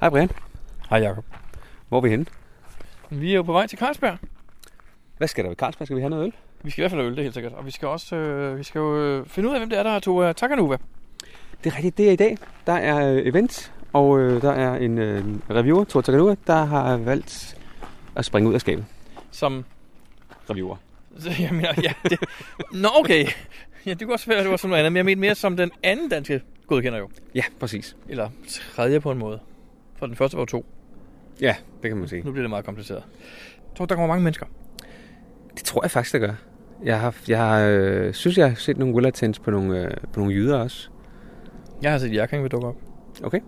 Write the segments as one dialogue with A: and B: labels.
A: Hej Brian.
B: Hej Jacob.
A: Hvor er vi henne?
B: Vi er jo på vej til Carlsberg.
A: Hvad skal der ved Carlsberg? Skal vi have noget øl?
B: Vi skal i hvert fald have øl, det er helt sikkert. Og vi skal også øh, vi skal jo øh, finde ud af, hvem det er, der tog øh, Takanuva.
A: Det er rigtigt, det er i dag. Der er øh, event, og øh, der er en øh, reviewer, Tor Takanua, der har valgt at springe ud af skabet.
B: Som,
A: Reviewer.
B: jeg mener, ja, det, nå okay. Ja, det kunne også være, at det var sådan noget andet. Men jeg mente mere som den anden danske godkender jo.
A: Ja, præcis.
B: Eller tredje på en måde. For den første var to.
A: Ja, det kan man sige.
B: Nu bliver det meget kompliceret. Jeg tror, der kommer mange mennesker.
A: Det tror jeg faktisk, det gør. Jeg har, jeg har øh, synes, jeg har set nogle willertens på nogle, øh, på nogle jyder også.
B: Jeg har set Jerking vil dukke op.
A: Okay.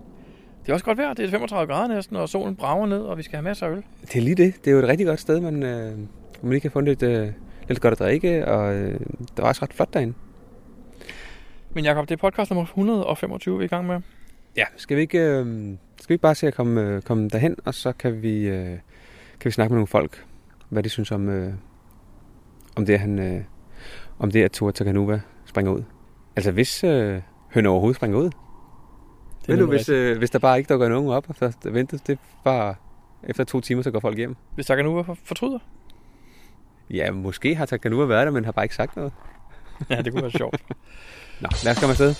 B: Det er også godt vejr. Det er 35 grader næsten, og solen brager ned, og vi skal have masser af øl.
A: Det er lige det. Det er jo et rigtig godt sted, man, øh, hvor man lige kan få lidt, øh, lidt godt at drikke, og øh, det var også ret flot derinde.
B: Men Jacob, det er podcast nummer 125, vi er i gang med.
A: Ja, skal vi ikke, øh, skal vi ikke bare se at komme, øh, komme derhen, og så kan vi, øh, kan vi snakke med nogle folk, hvad de synes om, øh, om det, han, øh, om det, at Tua Takanuva springer ud. Altså hvis øh, høn overhovedet springer ud.
B: Det
A: Ved du,
B: nummer
A: hvis, øh, hvis der bare ikke dukker nogen op, og først ventet, det er bare efter to timer, så går folk hjem.
B: et. Hvis Takanuva for- fortryder.
A: Ja, måske har Takanuva været der, men har bare ikke sagt noget.
B: Ja, det kunne være sjovt.
A: Nå, lad os komme afsted.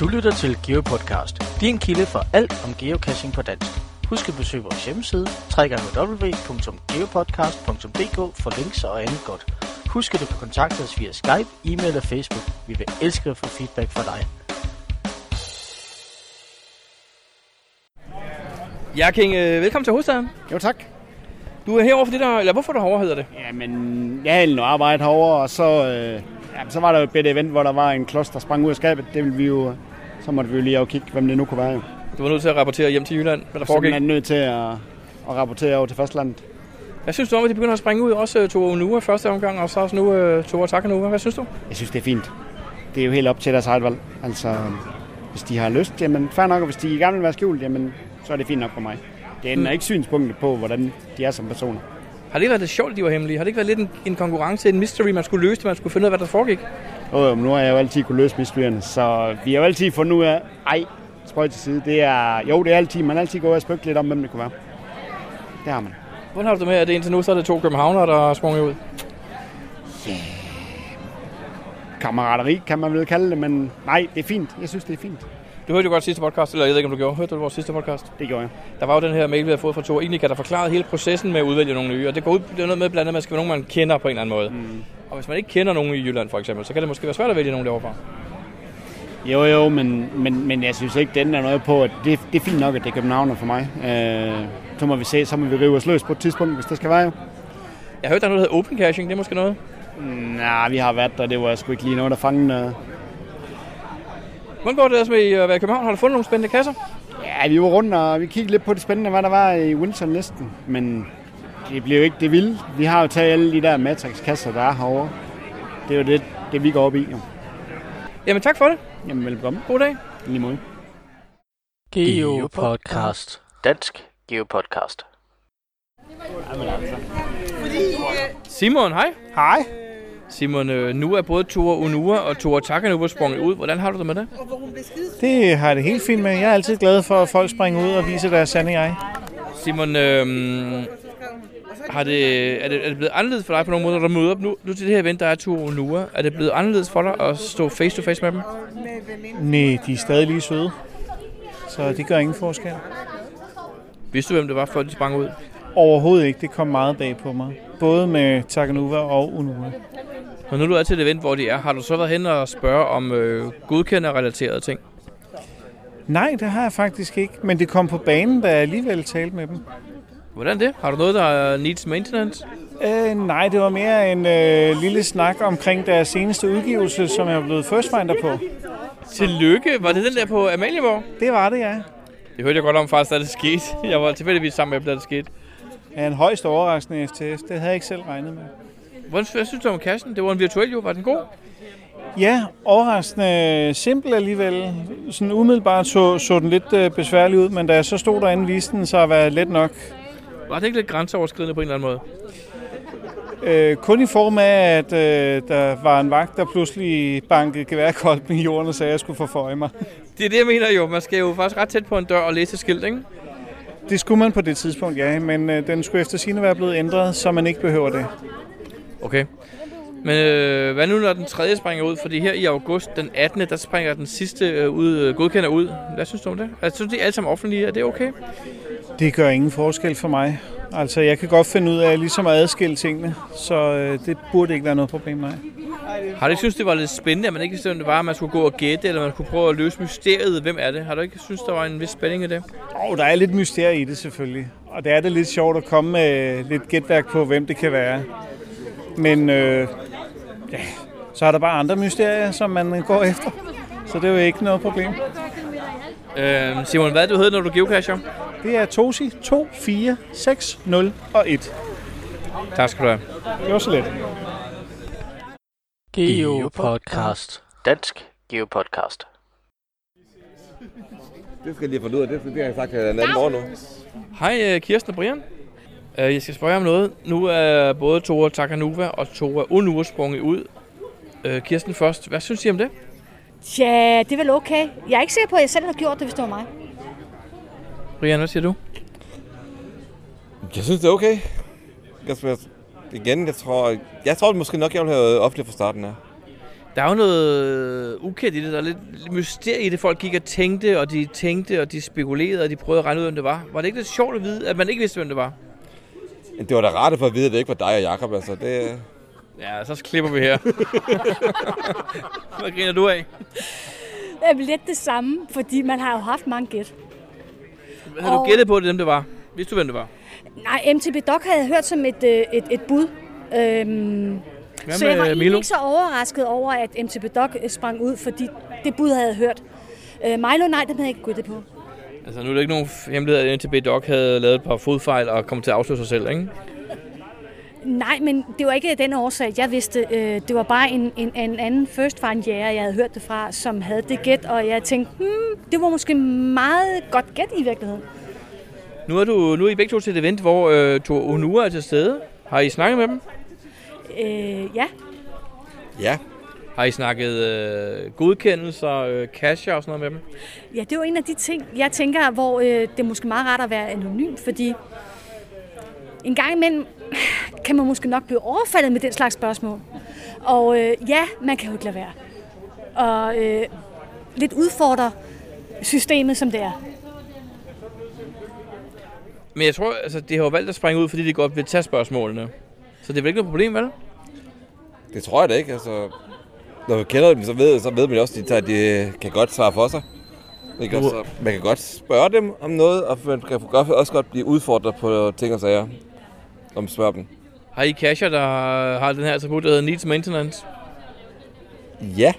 C: Du lytter til GeoPodcast, din kilde for alt om geocaching på dansk. Husk at besøge vores hjemmeside, www.geopodcast.dk for links og andet godt. Husk at du kan kontakte os via Skype, e-mail og Facebook. Vi vil elske at få feedback fra dig.
B: Jerking, øh, velkommen til hovedstaden.
D: Jo tak.
B: Du er herovre for det der, eller hvorfor er du herovre hedder det?
D: Jamen, jeg havde noget arbejde herovre, og så, øh, jamen, så var der jo et bedre event, hvor der var en klods, der sprang ud af skabet. Det ville vi jo, så måtte vi jo lige af og kigge, hvem det nu kunne være. Jo.
B: Du var nødt til at rapportere hjem til Jylland, hvad der
D: Så man
B: foregik.
D: er nødt til at, at rapportere over til fastlandet.
B: Hvad synes du om, at de begynder at springe ud? Også øh, Tore Unua første omgang, og så også nu øh, Tore Takanuva. Hvad synes du?
D: Jeg synes, det er fint. Det er jo helt op til deres eget valg. Altså, hvis de har lyst, jamen fair nok, og hvis de gerne vil være skjult, jamen så er det fint nok for mig. Det ændrer
B: Mm.
D: ikke synspunktet på, hvordan de er som personer.
B: Har det ikke været lidt sjovt, at de var hemmelige? Har det ikke været lidt en, en konkurrence, en mystery, man skulle løse det, man skulle finde ud af, hvad der foregik?
D: Og øh, nu har jeg jo altid kunne løse mysteriernes, så vi har jo altid fundet ud af, ej, spøj til side, det er, jo, det er altid, man har altid gået og spøgt lidt om, hvem det kunne være. Det har man.
B: Hvordan har du det med, at det indtil nu så er det to københavnere, der er sprunget ud?
D: Kammerateri, kan man vel kalde det, men nej, det er fint. Jeg synes, det er fint.
B: Du hørte jo godt sidste podcast, eller jeg ved ikke, om du gjorde. Hørte du vores sidste podcast?
D: Det gjorde jeg.
B: Der var jo den her mail, vi havde fået fra Tore Inika, der forklarede hele processen med at udvælge nogle nye. Og det går ud det er noget med blandt andet, at man skal være nogen, man kender på en eller anden måde. Mm. Og hvis man ikke kender nogen i Jylland for eksempel, så kan det måske være svært at vælge nogen derovre.
D: Jo, jo, men, men, men jeg synes ikke, den er noget på, at det, det er fint nok, at det er Københavner for mig. Øh, så må vi se, så må vi rive os løs på et tidspunkt, hvis det skal være jo.
B: Jeg hørte, der er noget, der hedder open caching. Det er måske noget.
D: Nej, vi har været der, det var sgu ikke lige noget, der fangede. Øh.
B: Hvordan går det ellers med at være i København? Har du fundet nogle spændende kasser?
D: Ja, vi var rundt, og vi kiggede lidt på det spændende, hvad der var i Windsor næsten. Men det blev jo ikke det vilde. Vi har jo taget alle de der Matrix-kasser, der er herovre. Det er jo det, det vi går op i. Jo.
B: Jamen tak for det.
D: Jamen, velkommen.
B: God dag.
D: I Lige måde.
C: GeoPodcast. Dansk GeoPodcast.
E: øh,
B: Simon, hej.
D: Hej.
B: Simon, øh, nu er både Tore Unua og Tore Takanuva sprunget ud. Hvordan har du det med det?
F: Det har jeg det helt fint med. Jeg er altid glad for, at folk springer ud og viser deres sande jeg.
B: Simon, øh, har det, er, det, er det blevet anderledes for dig på nogen måde, når du møder op nu, nu til det her event, der er Tore Unua? Er det blevet anderledes for dig at stå face to face med dem?
F: Nej, de er stadig lige søde. Så det gør ingen forskel.
B: Vidste du, hvem det var, før de sprang ud?
F: Overhovedet ikke. Det kom meget bag på mig. Både med Takanuva og Unua.
B: Når nu du er til et event, hvor de er, har du så været hen og spørge om øh, godkenderrelaterede ting?
F: Nej, det har jeg faktisk ikke. Men det kom på banen, da jeg alligevel talte med dem.
B: Hvordan det? Har du noget, der needs maintenance?
F: Øh, nej, det var mere en øh, lille snak omkring deres seneste udgivelse, som jeg er blevet firstfinder på.
B: Tillykke! Var det den der på Amalienborg?
F: Det var det, ja.
B: Det hørte jeg godt om faktisk, da det skete. Jeg var tilfældigvis sammen med, da det skete.
F: Ja, en højst overraskende FTF. Det havde jeg ikke selv regnet med.
B: Hvordan, hvad synes du om kassen? Det var en virtuel jo. Var den god?
F: Ja, overraskende simpel alligevel. Sådan umiddelbart så, så den lidt øh, besværlig ud, men da jeg så stod derinde, viste den sig at være let nok.
B: Var det ikke lidt grænseoverskridende på en eller anden måde?
F: Øh, kun i form af, at øh, der var en vagt, der pludselig bankede geværkolben i jorden og sagde, at jeg skulle forføje mig.
B: Det er det, jeg mener jo. Man skal jo faktisk ret tæt på en dør og læse et skilt, ikke?
F: Det skulle man på det tidspunkt, ja, men øh, den skulle efter sine være blevet ændret, så man ikke behøver det.
B: Okay. Men øh, hvad nu, når den tredje springer ud? Fordi her i august den 18. der springer den sidste øh, ud, øh, godkender ud. Hvad synes du om det? Altså, synes du, de er alle sammen offentlige? Er det okay?
F: Det gør ingen forskel for mig. Altså, jeg kan godt finde ud af ligesom at adskille tingene, så øh, det burde ikke være noget problem, nej.
B: Har du ikke synes det var lidt spændende, at man ikke vidste, om det var, at man skulle gå og gætte, eller man kunne prøve at løse mysteriet? Hvem er det? Har du ikke synes der var en vis spænding i det?
F: Og der er lidt mysterie i det selvfølgelig. Og det er det lidt sjovt at komme med lidt gætværk på, hvem det kan være. Men øh, ja, så er der bare andre mysterier, som man går efter. Så det er jo ikke noget problem.
B: Øh, Simon, hvad er det, du hed, når du geocacher?
F: Det er Tosi 2, 4, 6, 0 og 1.
B: Tak skal du have.
F: Det var så let.
C: Geopodcast. Dansk Geopodcast.
G: Det skal jeg lige have fundet ud af. Det, det har jeg sagt øh, en anden år nu.
B: Hej øh, Kirsten og Brian. Øh, Jeg skal spørge jer om noget. Nu er både Tora Takanuva og Tora Unua sprunget ud. Øh, Kirsten først. Hvad synes I om det?
H: Tja, det er vel okay. Jeg er ikke sikker på, at jeg selv har gjort det, hvis det var mig.
B: Brian, hvad siger du?
G: Jeg synes, det er okay. Jeg, jeg, igen, jeg tror, jeg tror måske nok, jeg vil have oplevet fra starten af.
B: Der er jo noget ukendt i det. Der er lidt mysterie i det. Folk gik og tænkte, og de tænkte, og de spekulerede, og de prøvede at regne ud, hvem det var. Var det ikke lidt sjovt at vide, at man ikke vidste, hvem det var?
G: Men det var da rart at få at vide, at det ikke var dig og Jacob. Altså, det,
B: Ja, så klipper vi her. hvad griner du af?
H: Det er vel lidt det samme, fordi man har jo haft mange gæt.
B: Havde du
H: Og-
B: gættet på, at det er dem, det var? Vidste du, hvem det var?
H: Nej, MTB Doc havde jeg hørt som et, øh, et, et bud. Øhm,
B: Hvad
H: så jeg var egentlig
B: Milo?
H: ikke så overrasket over, at MTB Doc øh, sprang ud, fordi det bud havde jeg hørt. Øh, Milo, nej, den havde jeg ikke gået det på.
B: Altså, nu er det ikke nogen hemmelighed, at NTB Doc havde lavet et par fodfejl og kom til at afsløre sig selv, ikke?
H: Nej, men det var ikke af den årsag, jeg vidste. Øh, det var bare en, en, en anden first find jæger, jeg havde hørt det fra, som havde det gæt, og jeg tænkte, hmm, det var måske meget godt gæt i virkeligheden.
B: Nu er, du, nu er I begge to til et event, hvor øh, Tor Onua er til stede. Har I snakket med dem?
H: Øh, ja,
G: ja,
B: Har I snakket øh, godkendelser, øh, cash og sådan noget med dem?
H: Ja, det er jo en af de ting, jeg tænker, hvor øh, det er måske meget rart at være anonym, fordi en gang imellem kan man måske nok blive overfaldet med den slags spørgsmål. Og øh, ja, man kan jo ikke lade være. Og øh, lidt udfordrer systemet, som det er.
B: Men jeg tror, altså, de har jo valgt at springe ud, fordi de godt vil tage spørgsmålene. Så det er vel ikke noget problem, vel?
G: det tror jeg da ikke. Altså, når man kender dem, så ved, så ved man jo også, at de, tager, de kan godt svare for sig. Ikke?
B: Du-
G: Altså, man kan godt spørge dem om noget, og man kan godt- også godt blive udfordret på ting og sager, når man spørger dem.
B: Har I casher, der har den her attribut, der hedder Needs Maintenance?
G: Ja,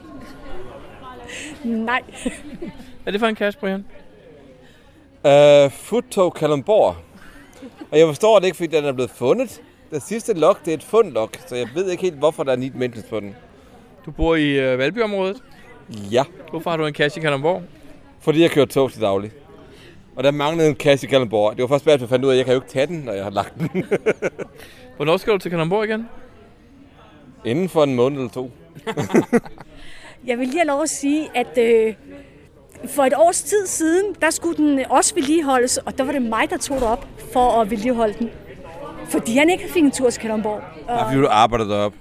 H: Nej.
B: Er det for en cash, Brian?
G: Uh, Futtog Kalundborg. Og jeg forstår det ikke, fordi den er blevet fundet. Det sidste lok, det er et fundlok, så jeg ved ikke helt, hvorfor der er need maintenance på den.
B: Du bor i øh, Valbyområdet.
G: Ja,
B: Hvorfor har du en cash i Kalundborg?
G: fordi jeg kører tog til daglig. Og der manglede en kasse i Kalundborg. Det var først bagefter, jeg fandt ud af, at jeg kan jo ikke tage den, når jeg har lagt den.
B: Hvornår skal du til Kalundborg igen?
G: Inden for en måned eller to.
H: Jeg vil lige have lov at sige, at øh, for et års tid siden, der skulle den også vedligeholdes, og der var det mig, der tog det op for at vedligeholde den. Fordi han ikke fik en tur til Kalundborg. Og,
G: Ja, fordi du arbejder deroppe.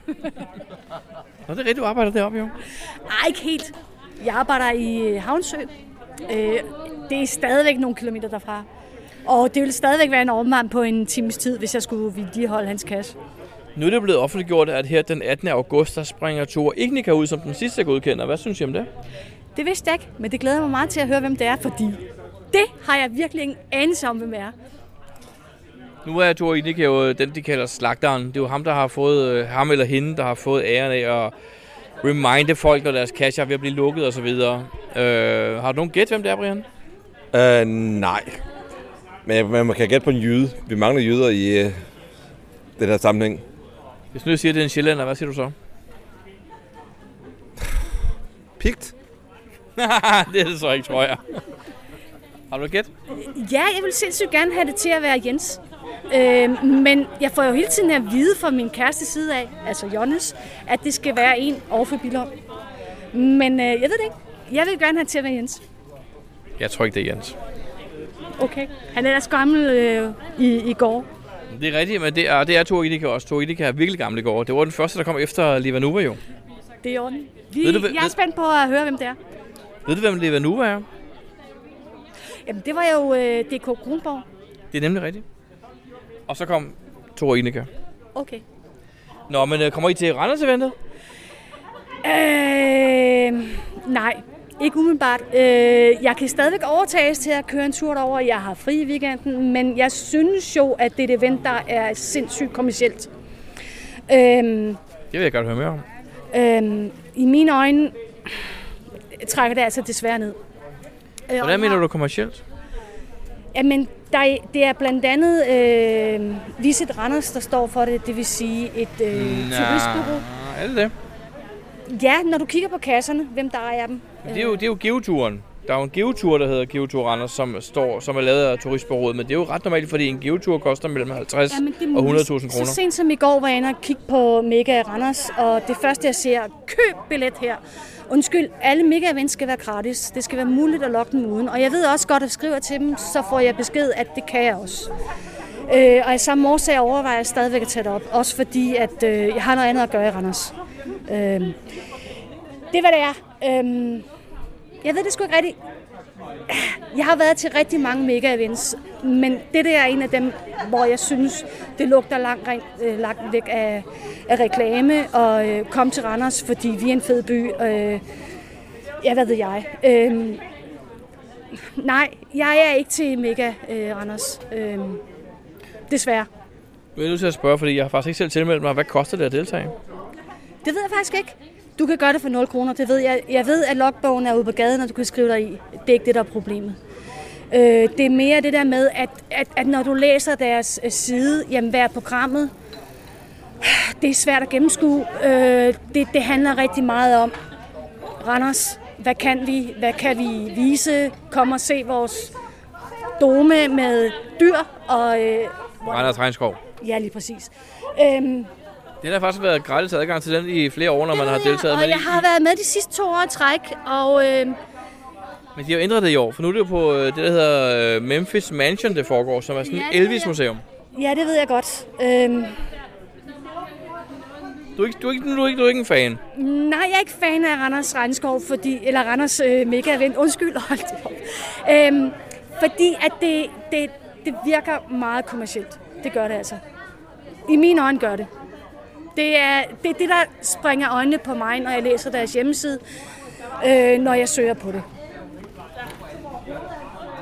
B: Nå, det er rigtigt, du arbejder deroppe, jo.
H: Ej, ikke helt. Jeg arbejder i øh, Havnsø. Øh, det er stadigvæk nogle kilometer derfra. Og det ville stadigvæk være en omvand på en times tid, hvis jeg skulle vedligeholde hans kasse.
B: Nu er det blevet offentliggjort, at her den 18. august, der springer Thor Ignika ud som den sidste godkender. Hvad synes I om det?
H: Det vidste jeg ikke, men det glæder jeg mig meget til at høre, hvem det er, fordi det har jeg virkelig ingen anelse om, hvem er.
B: Nu er Thor Ignika jo øh, den, de kalder slagteren. Det er jo ham, der har fået, øh, ham eller hende, der har fået æren af at reminde folk, når deres cash er ved at blive lukket osv. Øh, har du nogen gæt, hvem det er, Brian?
G: Uh, nej. Men jeg- men man kan gætte på en jyde. Vi mangler jyder i uh, den her sammenhæng.
B: Hvis nu jeg siger, at det er en sjællander, hvad siger du så?
G: Pigt?
B: det er det så ikke, tror jeg. Har du et gæt?
H: Ja, jeg vil sindssygt gerne have det til at være Jens. Øh, men jeg får jo hele tiden at vide fra min kæreste side af, altså Jonnes, at det skal være en over for Billund. Men øh, jeg ved det ikke. Jeg vil gerne have det til at være Jens.
B: Jeg tror ikke, det er Jens.
H: Okay. Han er ellers gammel øh, i, i går.
B: Det er rigtigt, men det er, det er Tor Idika også. Tor Idika er virkelig gamle gårde. Det var den første, der kom efter Levanuva jo.
H: Det er i orden. Vi,
B: Ved du, hvad-
H: jeg er
B: ved-
H: spændt på at høre, hvem det er.
B: Ved du, hvem Levanuva er?
H: Jamen, det var jo øh, DK Kronborg.
B: Det er nemlig rigtigt. Og så kom Tor Idika.
H: Okay.
B: Nå, men øh, kommer I til Randers-eventet?
H: Øh, nej, ikke umiddelbart. Øh, jeg kan stadigvæk overtages til at køre en tur derover. Jeg har fri i weekenden, men jeg synes jo, at det er et event, der er sindssygt kommersielt. Øh,
B: Det vil jeg godt høre mere om.
H: øh, I mine øjne trækker det altså desværre ned. Øh, og
B: Hvordan mener
H: har-
B: du kommercielt?
H: Jamen, der, er- det er blandt andet øh, Visit Randers, der står for det, det vil sige et øh, turistbureau.
B: er det det?
H: Ja, når du kigger på kasserne, hvem der ejer dem.
B: Det er jo, det er jo geoturen. Der er jo en geotur, der hedder Geotur Randers, som, står, som er lavet af turistbureauet, men det er jo ret normalt, fordi en geotur koster mellem 50
H: Jamen, det er
B: og 100.000
H: muligt. Så
B: kroner.
H: sent som i går var jeg inde og kigge på Mega i Randers, og det første jeg ser, køb billet her. Undskyld, alle mega events skal være gratis. Det skal være muligt at logge dem uden. Og jeg ved også godt, at jeg skriver til dem, så får jeg besked, at det kan jeg også. Øh, og i samme årsag overvejer jeg stadigvæk at tage det op. Også fordi, at øh, jeg har noget andet at gøre i Randers. Øh, det er, hvad det er. Øh, jeg ved det sgu ikke rigtigt. Jeg har været til rigtig mange mega events, men det der er en af dem, hvor jeg synes, det lugter langt, rent, øh, langt væk af, af reklame og øh, kom til Randers, fordi vi er en fed by. Øh, ja, hvad ved jeg? Øh, nej, jeg er ikke til mega øh, Randers. Øh, desværre.
B: Jeg er nødt til at spørge, fordi jeg har faktisk ikke selv tilmeldt mig, hvad koster det at deltage?
H: Det ved jeg faktisk ikke. Du kan gøre det for 0 kroner, det ved jeg. Jeg ved, at logbogen er ude på gaden, og du kan skrive dig i. Det er ikke det, der er problemet. Øh, det er mere det der med, at, at, at når du læser deres øh, side, jamen hvad er programmet? Det er svært at gennemskue. Øh, det, det handler rigtig meget om Randers. Hvad kan vi? Hvad kan vi vise? Kom og se vores dome med dyr og... Øh,
B: Randers Regnskov.
H: ja, lige præcis. Øhm,
B: Den har faktisk været gratis adgang til den i flere år, når man har
H: ved jeg,
B: deltaget.
H: Og
B: Men,
H: jeg har været med de sidste to år i træk, og øh,
B: men de har jo ændret det i år, for nu er det jo på øh, det, der hedder øh, Memphis Mansion, det foregår, som er sådan
H: Ja, det
B: et
H: ved jeg.
B: Elvis-museum.
H: ja, det ved jeg godt. Øh,
B: Du er, ikke, du, er ikke, du, er ikke, du er ikke en fan.
H: nej, jeg er ikke fan af Randers Regnskov, fordi, eller Randers øh, Mega Event. Undskyld, hold det op. øh, Fordi at det, det, det virker meget kommercielt. Det gør det altså. I mine øjne gør det. Det er, det er det, der springer øjnene på mig, når jeg læser deres hjemmeside, øh, når jeg søger på det.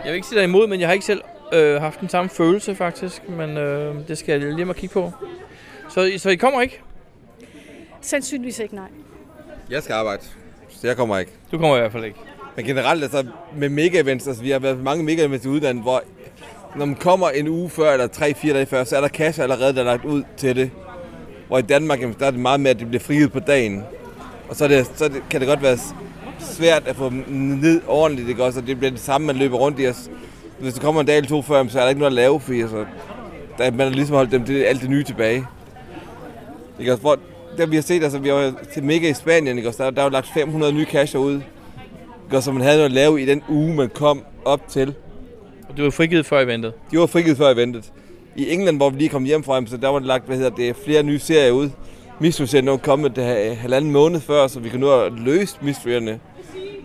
B: Jeg vil ikke sige dig imod, men jeg har ikke selv øh, haft den samme følelse faktisk, men øh, det skal jeg lige mig kigge på. Så, så I kommer ikke?
H: Sandsynligvis ikke, nej.
G: Jeg skal arbejde, så jeg kommer ikke.
B: Du kommer i hvert fald ikke.
G: Men generelt, altså med mega-events, altså vi har været på mange mega-events i udlandet, hvor når man kommer en uge før, eller tre-fire dage før, så er der cash allerede, der er lagt ud til det. Hvor i Danmark, jamen, der er det meget med, at det bliver frigivet på dagen. Og så, er det, så er det, kan det godt være s- svært at få dem ned ordentligt, ikke også? Og det bliver det samme, man løber rundt i os. Hvis der kommer en dag eller to før, jamen, så er der ikke noget at lave, fordi altså, der, man har ligesom holdt dem, det, alt det nye tilbage. Ikke også? Hvor, der vi har set, altså vi har jo til mega i Spanien, ikke også? Der, der er jo lagt 500 nye casher ud. Ikke? Og så man havde noget at lave i den uge, man kom op til.
B: Og Du er frigivet før eventet.
G: De var frigivet før eventet. I England, hvor vi lige kom hjem fra, jamen, så der var det lagt hvad hedder det, flere nye serier ud. Mystery-serien var kommet det her, øh, halvanden måned før, så vi kunne nå at løse mysterierne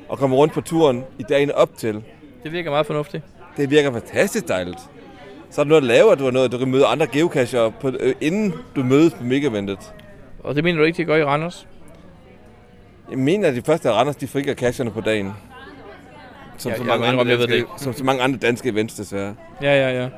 G: og komme rundt på turen i dagen op til.
B: Det virker meget fornuftigt.
G: Det virker fantastisk dejligt. Så er der noget at lave, at du har noget, du kan møde andre geocacher, på, øh, inden du mødes på mega-eventet.
B: Og det mener du ikke, det gør i Randers?
G: Jeg mener, at de første af Randers, de frigiver cacherne på dagen. Som,
B: Jeg-
G: så mange
B: jeg må
G: andre
B: indrømme, jeg ved det
G: danske, som så mange andre danske events, desværre.
B: Ja, ja, ja.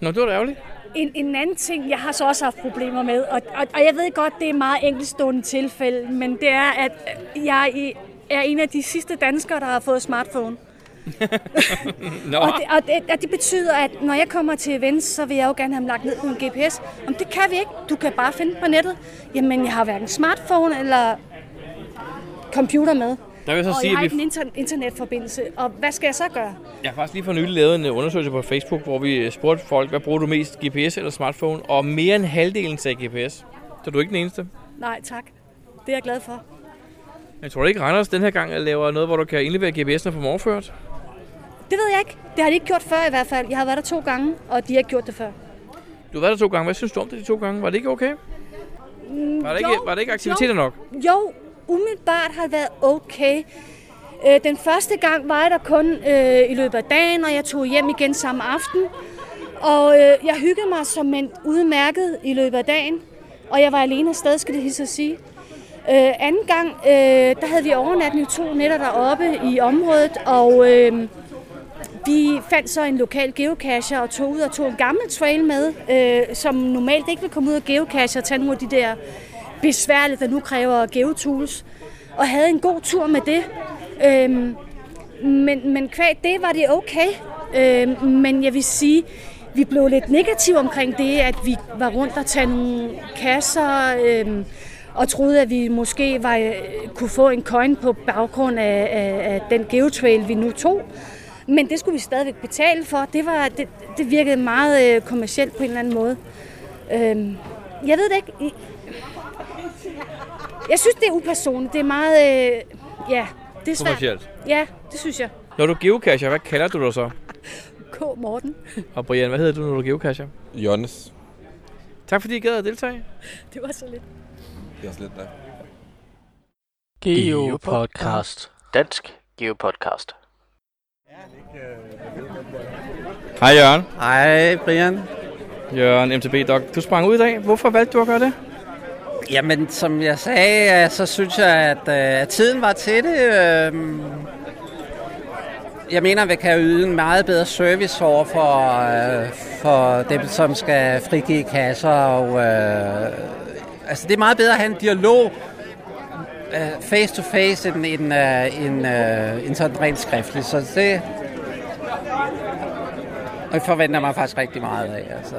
B: Nå, det var da ærgerligt.
H: En, en anden ting, jeg har så også haft problemer med, og, og, og jeg ved godt, det er et meget enkeltstående tilfælde, men det er, at jeg i- er en af de sidste danskere, der har fået smartphone.
B: Nå,
H: Og det, og, det, og det betyder, at når jeg kommer til events, så vil jeg jo gerne have dem lagt ned på en GPS. Om det kan vi ikke. Du kan bare finde den på nettet. Jamen, jeg har hverken smartphone eller computer med.
B: Der vil jeg så
H: og
B: sige,
H: jeg har
B: at
H: ikke
B: vi...
H: en inter- internetforbindelse, og hvad skal jeg så gøre?
B: Jeg har faktisk lige for nylig lavet en øh, undersøgelse på Facebook, hvor vi øh, spurgte folk, hvad bruger du mest, GPS eller smartphone? Og mere end halvdelen sagde GPS. Så er du ikke den eneste.
H: Nej, tak. Det er jeg glad for.
B: Jeg tror ikke, Randers den her gang øh, laver noget, hvor du kan indlevere GPS'en og få dem overført.
H: Det ved jeg ikke. Det har de ikke gjort før i hvert fald. Jeg har været der to gange, og de har ikke gjort det før.
B: Du har været der to gange. Hvad synes du om det de to gange? Var det ikke okay? Var det ikke,
H: Mm, jo,
B: var det ikke aktiviteter nok?
H: Jo, umiddelbart har det været okay. Øh, Den første gang var jeg der kun øh, i løbet af dagen, og jeg tog hjem igen samme aften. Og øh, jeg hyggede mig som en udmærket i løbet af dagen, og jeg var alene afsted, skal det hilse at sige. Øh, anden gang, øh, der havde vi overnatning to nætter deroppe i området, og øh, vi fandt så en lokal geocacher og tog ud og tog en gammel trail med, øh, som normalt ikke vil komme ud og geocache og tage nogle af de der besværlige, der nu kræver geotools, og havde en god tur med det. Øhm, men, men kvæg det var det okay. Øhm, men jeg vil sige, vi blev lidt negative omkring det, at vi var rundt og tage nogle kasser, øhm, og troede, at vi måske var, øh, kunne få en coin på baggrund af, af, af den geotrail, vi nu tog. Men det skulle vi stadigvæk betale for. Det, var, det, det virkede meget øh, kommercielt på en eller anden måde. Øhm, jeg ved det ikke. I- Jeg synes, det er upersonligt. Det er meget... Øh, ja, det er svært.
B: Kommercielt.
H: Ja, det synes jeg.
B: Når du geocacher, hvad kalder du dig så?
H: K. Morten.
B: Og Brian, hvad hedder du, når du geocacher?
G: Jonas.
B: Tak fordi I gad at deltage.
H: Det var så lidt.
G: Det er også lidt dig.
C: Geopodcast. Dansk Geopodcast.
B: Hej Jørgen.
I: Hej Brian.
B: Jørgen, MTB Doc. Du sprang ud i dag. Hvorfor valgte du at gøre det?
I: Jamen, som jeg sagde, øh, så synes jeg, at, øh, at tiden var til det. Øhm, Jeg mener, at vi kan yde en meget bedre service over for, øh, for dem, som skal frigive kasser. Og, øh, altså, det er meget bedre at have en dialog øh, face to face end, end, øh, end, øh, end sådan rent skriftligt. Så det jeg forventer mig faktisk rigtig meget af. Altså.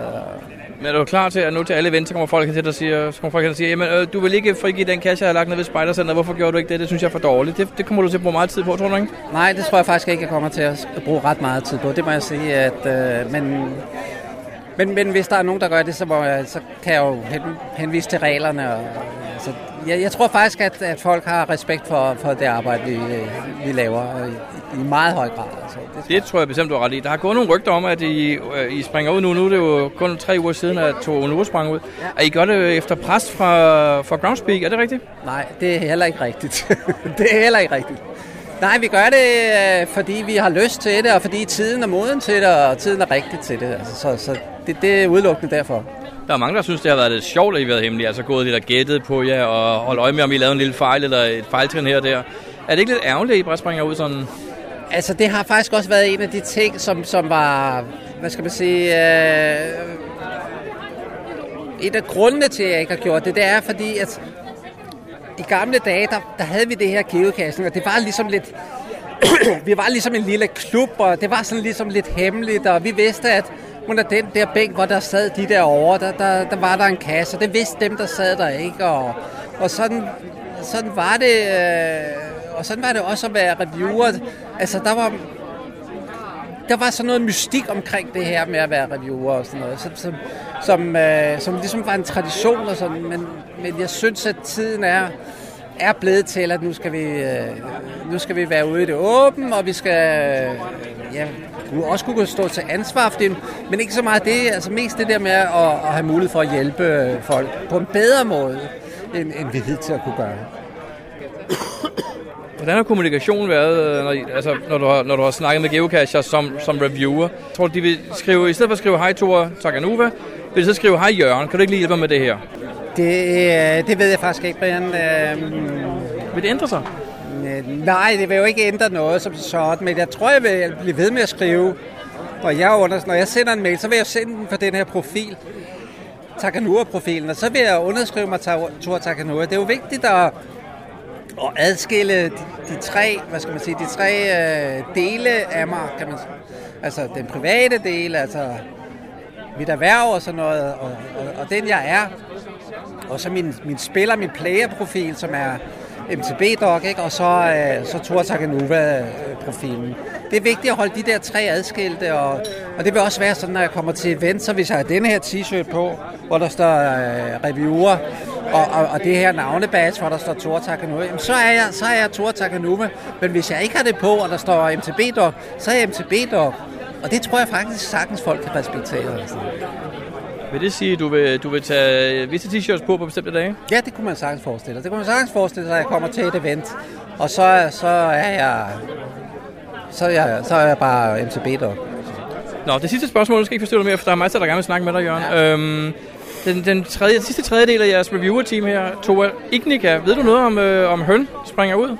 B: Men er du klar til, at nu til alle events, så kommer folk hen til dig og siger, så kommer folk hen og siger jamen, øh, du vil ikke frigive den kasse, jeg har lagt ned ved Spejdercenter. Hvorfor gjorde du ikke det? Det synes jeg er for dårligt. Det, det kommer du til at bruge meget tid på, tror du ikke?
I: Nej, det tror jeg faktisk ikke, jeg kommer til at bruge ret meget tid på. Det må jeg sige, at... Øh, men, men, men hvis der er nogen, der gør det, så, må jeg, så kan jeg jo hen, henvise til reglerne. Og, altså, jeg, jeg tror faktisk, at, at folk har respekt for, for det arbejde, vi, vi laver og i, i meget høj grad. Altså, det,
B: Det tror jeg bestemt, du har ret i. Der har gået nogle rygter om, at I, øh, I springer ud nu. Nu er det jo kun tre uger siden, at to uger sprang ud. Ja. Og I gør det efter pres fra, fra Groundspeak. Er det rigtigt?
I: Nej, det er heller ikke rigtigt. det er heller ikke rigtigt. Nej, vi gør det, øh, fordi vi har lyst til det, og fordi tiden er moden til det, og tiden er rigtig til det. Altså, så så det, det er udelukkende derfor.
B: Der er mange, der synes, det har været lidt sjovt, at I har været hemmelige. Altså gået lidt og gættet på jer, og holdt øje med, om I lavede en lille fejl eller et fejltrin her og der. Er det ikke lidt ærgerligt, at I bare springer ud sådan?
I: Altså, det har faktisk også været en af de ting, som, som var, hvad skal man sige, øh, et af grundene til, at jeg ikke har gjort det, det er fordi, at i gamle dage, der, der havde vi det her geocaching, og det var ligesom lidt, vi var ligesom en lille klub, og det var sådan ligesom lidt hemmeligt, og vi vidste, at under den der bænk, hvor der sad de derovre, der, der, der var der en kasse, og det vidste dem, der sad der ikke, og, og sådan, sådan var det, øh, og sådan var det også at være reviewer. Altså, der var, der var sådan noget mystik omkring det her med at være reviewer og sådan noget, som, som, som, øh, som ligesom var en tradition og sådan, men, men jeg synes, at tiden er, er blevet til, at nu skal, vi, øh, nu skal vi være ude i det åbne, og vi skal øh, ja, kunne- også kunne stå til ansvar for det, men ikke så meget det, altså mest det der med at, at have mulighed for at hjælpe øh, folk på en bedre måde, end, end vi hidtil har kunne gøre.
B: Hvordan har kommunikationen været, øh, når, I, altså, når, du har, når du har snakket med geocacher som, som reviewer? Tror du, de vil skrive, i stedet for at skrive hej Thor Takanuva, vil de så skrive hej Jørgen, kan du ikke lige hjælpe mig med det her?
I: Det, øh, det ved jeg faktisk ikke, Brian. Øh,
B: Vil det ændre sig?
I: Øh, Nej, det vil jo ikke ændre noget som sådan, men jeg tror, jeg vil blive ved med at skrive. Og jeg, under, når jeg sender en mail, så vil jeg sende den på den her profil, Takanura-profilen, og så vil jeg underskrive mig Tor Takanura. Det er jo vigtigt at, at adskille de, de tre, hvad skal man sige, de tre øh, dele af mig, kan man sige. Altså den private del, altså mit erhverv og sådan noget, og, og, og den jeg er, og så min, min spiller, min player-profil, som er MTB-dog, ikke? og så, øh, så Tor Takanuva-profilen. Det er vigtigt at holde de der tre adskilte, og, og det vil også være sådan, når jeg kommer til events, så hvis jeg har denne her t-shirt på, hvor der står øh, reviewer, og, og, og det her navnebadge, hvor der står Tor Takanuva, jamen, så er jeg, så er jeg Tor Takanuva, men hvis jeg ikke har det på, og der står MTB-dog, så er jeg MTB-dog. Og det tror jeg faktisk sagtens folk kan respektere.
B: Vil det sige, at du vil, du vil tage øh, visse t-shirts på på bestemte dage?
I: Ja, det kunne man sagtens forestille sig. Det kunne man sagtens forestille sig, at jeg kommer til et event, og så, så er jeg... Så er jeg, så er jeg bare MCB dog.
B: Nå, det sidste spørgsmål, du skal ikke forstyrre dig mere, for der er masser, der gerne vil snakke med dig, Jørgen. Ja. Øhm, den, den, tredje, den sidste tredjedel af jeres reviewer-team her, Tova Ignika, ved du noget om, øh, om høn springer ud?
I: Det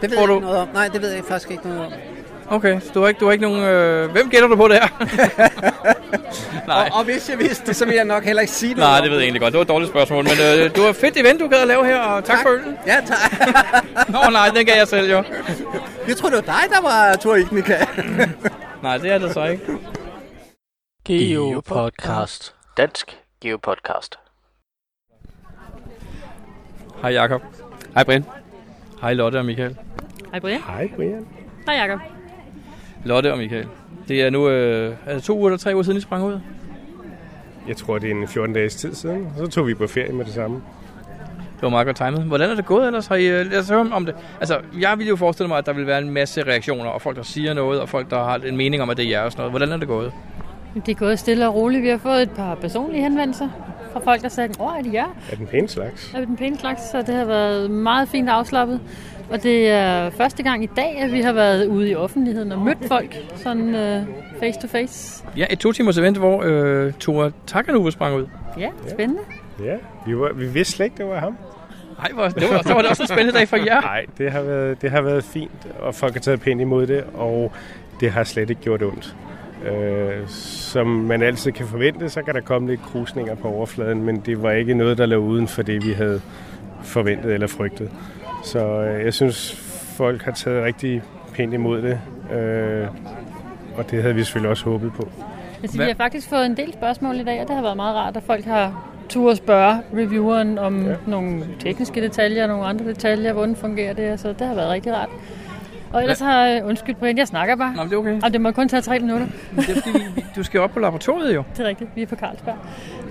I: ved
B: Tror
I: jeg
B: du-
I: ikke noget om. Nej, det ved jeg faktisk ikke noget om.
B: Okay, så du har ikke, du har ikke nogen... Øh, hvem gætter du på der? Nej.
I: Og, og hvis jeg vidste det, så ville jeg nok heller ikke sige noget
B: Nej,
I: om
B: det ved jeg egentlig godt. Det var et dårligt spørgsmål, men øh, det var et fedt event, du gad at lave her, og tak, tak. for ølen.
I: Ja, tak.
B: Nå nej, den gav jeg selv jo.
I: Jeg tror, det var dig, der var Tor Ignika.
B: Nej, det er det så ikke.
C: Geo Podcast. Dansk Geo Podcast.
B: Hej Jakob.
A: Hej Brian.
B: Hej Lotte og Michael.
J: Hej Brian.
A: Hej Brian.
J: Hej Jacob.
B: Lotte og Michael. Det er nu øh, er det to uger eller tre uger siden, I sprang ud.
K: Jeg tror, det er en 14 dages tid siden. Så tog vi på ferie med det samme.
B: Det var meget godt timet. Hvordan er det gået ellers? Har I, øh, lad os høre om det. Altså, jeg ville jo forestille mig, at der ville være en masse reaktioner, og folk, der siger noget, og folk, der har en mening om, at det er jer og sådan noget. Hvordan er det gået?
J: Det er gået stille og roligt. Vi har fået et par personlige henvendelser fra folk, der sagde, åh, er det jer?
K: Er den pæne slags?
J: Er vi den pæne slags? Så det har været meget fint afslappet. Og det er første gang i dag, at vi har været ude i offentligheden og mødt folk sådan øh, face to face.
B: Ja, et to timers event, hvor øh, Tora Takanuva sprang ud.
J: Ja, spændende.
K: Ja, vi, var, vi vidste slet ikke, det var ham.
B: Nej, hvor, det var, så var det også en spændende dag for jer.
K: Nej, det har, været, det har været fint, og folk har taget pænt imod det, og det har slet ikke gjort ondt. Øh, som man altid kan forvente, så kan der komme lidt krusninger på overfladen, men det var ikke noget, der lå uden for det, vi havde forventet eller frygtet. Så øh, jeg synes, folk har taget rigtig pænt imod det, øh, og det havde vi selvfølgelig også håbet på.
J: Altså,
B: Hvad-
J: vi har faktisk fået en del spørgsmål i dag, og det har været meget rart, at folk har tur at spørge revieweren om ja. nogle tekniske detaljer, nogle andre detaljer, hvordan fungerer det, og så det har været rigtig rart. Og ellers har... øh, Undskyld, Brian, jeg snakker bare.
B: Nå, men det er okay.
J: Og det må kun tage tre minutter.
B: Det er, fordi, vi- vi- du skal jo op på laboratoriet jo.
J: Det er rigtigt. Vi er på Carlsberg.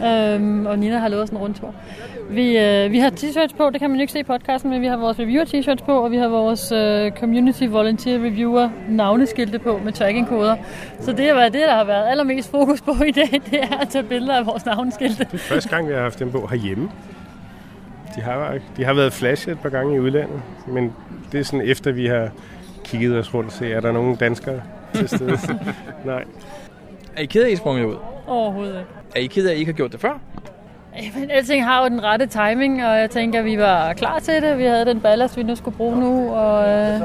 J: Øhm, og Nina har lovet os en rundtur. Vi, øh, vi har t-shirts på. Det kan man jo ikke se i podcasten, men vi har vores reviewer t-shirts på, og vi har vores øh, community volunteer reviewer navneskilte på med tracking-koder. Så det har været det, der har været allermest fokus på i dag, det er at tage billeder af vores navneskilte.
K: Første gang, vi har haft dem på herhjemme. De har, de har været flashet et par gange i udlandet, men det er sådan efter, vi har kigget os rundt, se, er der nogen danskere til stede? Nej.
B: Er I ked af, at I sprang ud?
J: Overhovedet ikke.
B: Er I ked af, at I ikke har gjort det før?
J: Jamen, alting har jo den rette timing, og jeg tænker, at vi var klar til det. Vi havde den ballast, vi nu skulle bruge nu, og øh,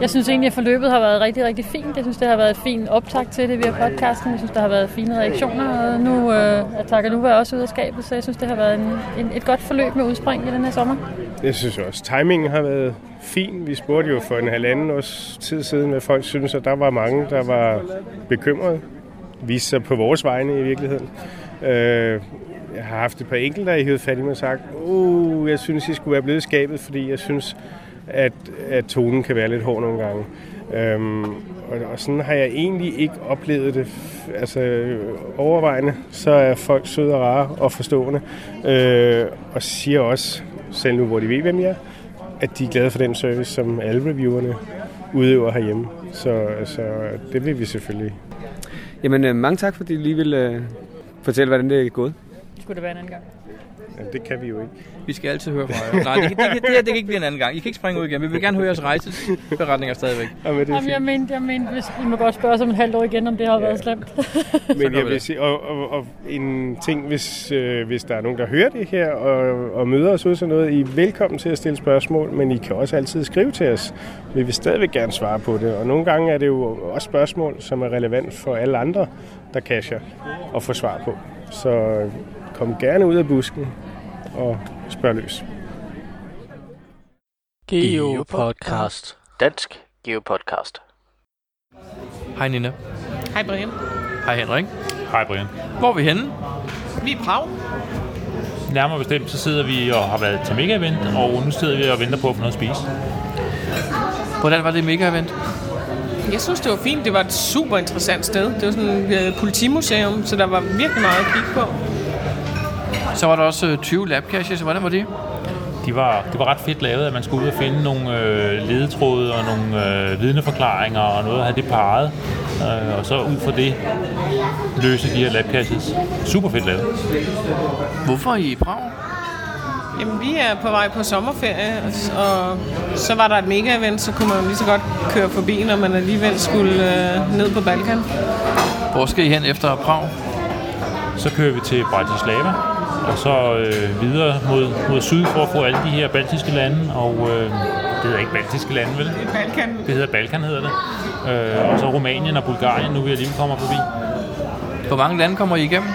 J: jeg synes egentlig, at forløbet har været rigtig, rigtig fint. Jeg synes, det har været et fint optag til det via podcasten. Jeg synes, der har været fine reaktioner, og nu øh, er Takaluva også ude af skabet, så jeg synes, det har været en, en, et godt forløb med udspring i den her sommer.
K: Jeg synes også, timingen har været fin. Vi spurgte jo for en halvanden års tid siden, hvad folk synes, og der var mange, der var bekymrede. Viste sig på vores vegne i virkeligheden. Øh, jeg har haft et par enkelte, der har hivet fat i mig og sagt, uh, jeg synes, I skulle være blevet i skabet, fordi jeg synes, at, at tonen kan være lidt hård nogle gange. Øhm, og, og sådan har jeg egentlig ikke oplevet det. Altså øh, overvejende, så er folk søde og rare og forstående. Øh, og siger også, selv nu hvor de ved, hvem jeg er, at de er glade for den service, som alle reviewerne udøver herhjemme. Så, så det vil vi selvfølgelig.
A: Jamen øh, mange tak, fordi I lige ville øh, fortælle, hvordan det er gået.
J: Skulle det være en anden gang?
K: Ja, det kan vi jo ikke.
B: Vi skal altid høre fra jer. Nej, det, kan- det, kan- det, her det kan ikke blive en anden gang. I kan ikke springe ud igen. Vi vil gerne høre jeres rejseberetninger stadigvæk.
K: Og med det er
J: Jamen,
K: fint.
J: jeg mente, jeg mente, hvis I må godt spørge os om et halvt år igen, om det har været slemt.
K: Men
B: gør
K: jeg
B: vi
K: vil
B: det.
K: sige, og, og, og en ting, hvis, øh, hvis der er nogen, der hører det her og, og møder os ud til noget, I er velkommen til at stille spørgsmål, men I kan også altid skrive til os. Vi vil stadigvæk gerne svare på det, og nogle gange er det jo også spørgsmål, som er relevant for alle andre, der casher, at få svar på. Så kom gerne ud af busken og spørg løs.
C: Geo Podcast. Dansk Geo Podcast.
B: Hej Nina.
L: Hej Brian.
B: Hej Henrik.
M: Hej Brian.
B: Hvor er vi henne?
L: Vi er i Prag. nærmere bestemt, så sidder vi og har været til mega-event, og nu sidder vi og venter på at få noget at spise.
E: Hvordan var det mega-event?
M: Jeg synes, det var fint. Det var et super interessant sted. Det var sådan et øh, politimuseum, så der var virkelig meget at kigge på.
E: Så var der også øh, 20 labcaches. Hvordan var det?
L: De var, det var ret fedt lavet, at man skulle ud og finde nogle øh, ledetråde og nogle øh, vidneforklaringer og noget at have det parret. Øh, og så ud fra det løse de her labcaches. Super fedt lavet.
E: Hvorfor er I i Prag?
M: Jamen, vi er på vej på sommerferie, og- og så var der et mega-event, så kunne man jo lige så godt køre forbi, når man alligevel skulle øh, ned på Balkan.
E: Hvor skal I hen efter Prag?
L: Så kører vi til Bratislava, og så øh, videre mod, mod syd for at få alle de her baltiske lande, og øh, det hedder ikke baltiske lande, vel?
M: Balkan.
L: Det hedder Balkan, hedder det. Øh, og så Rumænien og Bulgarien, nu vi alligevel kommer forbi.
E: Hvor mange lande kommer I igennem?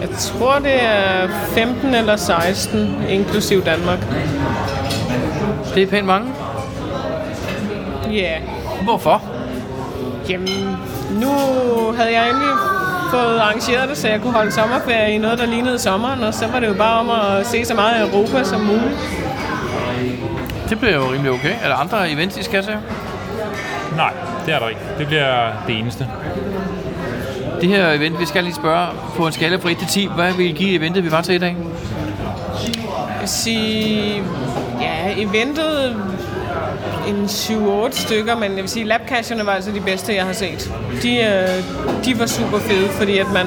M: Jeg tror, det er 15 eller 16, inklusiv Danmark.
E: Det er pænt mange.
M: Ja. Yeah.
E: Hvorfor?
M: Jamen, nu havde jeg egentlig fået arrangeret det, så jeg kunne holde sommerferie i noget, der lignede sommeren, og så var det jo bare om at se så meget af Europa som muligt.
E: Det bliver jo rimelig okay. Er der andre events, I skal til?
L: Nej, det er der ikke. Det bliver det eneste.
E: Det her event, vi skal lige spørge på en skala fra 1 til 10, hvad vil I give eventet, vi var til i dag?
M: Jeg vil sige, ja, eventet en 7-8 stykker, men jeg vil sige, labcasherne var altså de bedste, jeg har set. De, øh, de var super fede, fordi at man,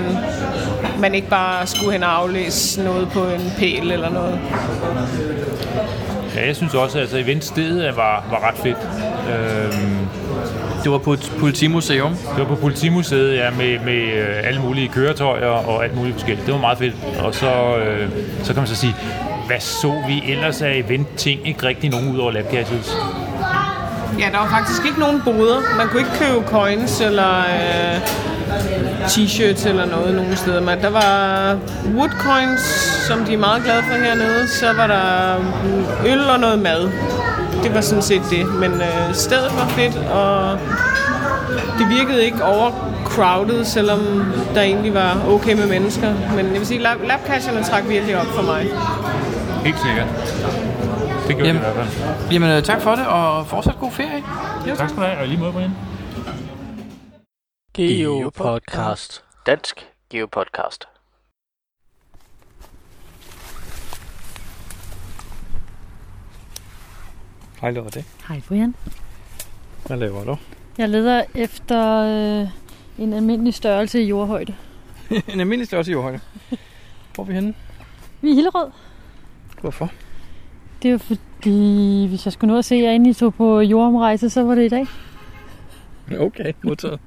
M: man ikke bare skulle hen og aflæse noget på en pæl eller noget.
L: Ja, jeg synes også, at altså, eventstedet var, var ret fedt. Øhm,
E: det var på et politimuseum?
L: Det var på politimuseet, ja, med, med øh, alle mulige køretøjer og alt muligt forskelligt. Det var meget fedt. Og så, øh, så kan man så sige, hvad så vi ellers af eventting? Ikke rigtig nogen ud over labcashes.
M: Ja, der var faktisk ikke nogen boder. Man kunne ikke købe coins eller øh, t-shirts eller noget nogen steder. Men der var wood coins, som de er meget glade for hernede. Så var der mm, øl og noget mad. Det var sådan set det. Men øh, stedet var fedt, og det virkede ikke overcrowded, selvom der egentlig var okay med mennesker. Men jeg vil sige, lab- labcasherne trak virkelig op for mig.
L: Helt sikkert. Det gjorde
E: Jamen.
L: Jamen. det i hvert fald.
E: Jamen, øh, tak for det, og fortsat god ferie.
M: Jo,
L: tak. tak skal du have, og i lige måde, Brian.
C: Geopodcast. Dansk Geopodcast.
B: Hej Lotte.
J: Hej Brian.
B: Hvad laver du?
J: Jeg leder efter øh, en almindelig størrelse i jordhøjde.
B: en almindelig størrelse jordhøjde. Hvor er vi henne?
J: Vi er i Hillerød.
B: Hvorfor?
J: Det er jo fordi, hvis jeg skulle nå at se jer, inden I tog på jordomrejse, så var det i dag.
B: Okay, modtaget.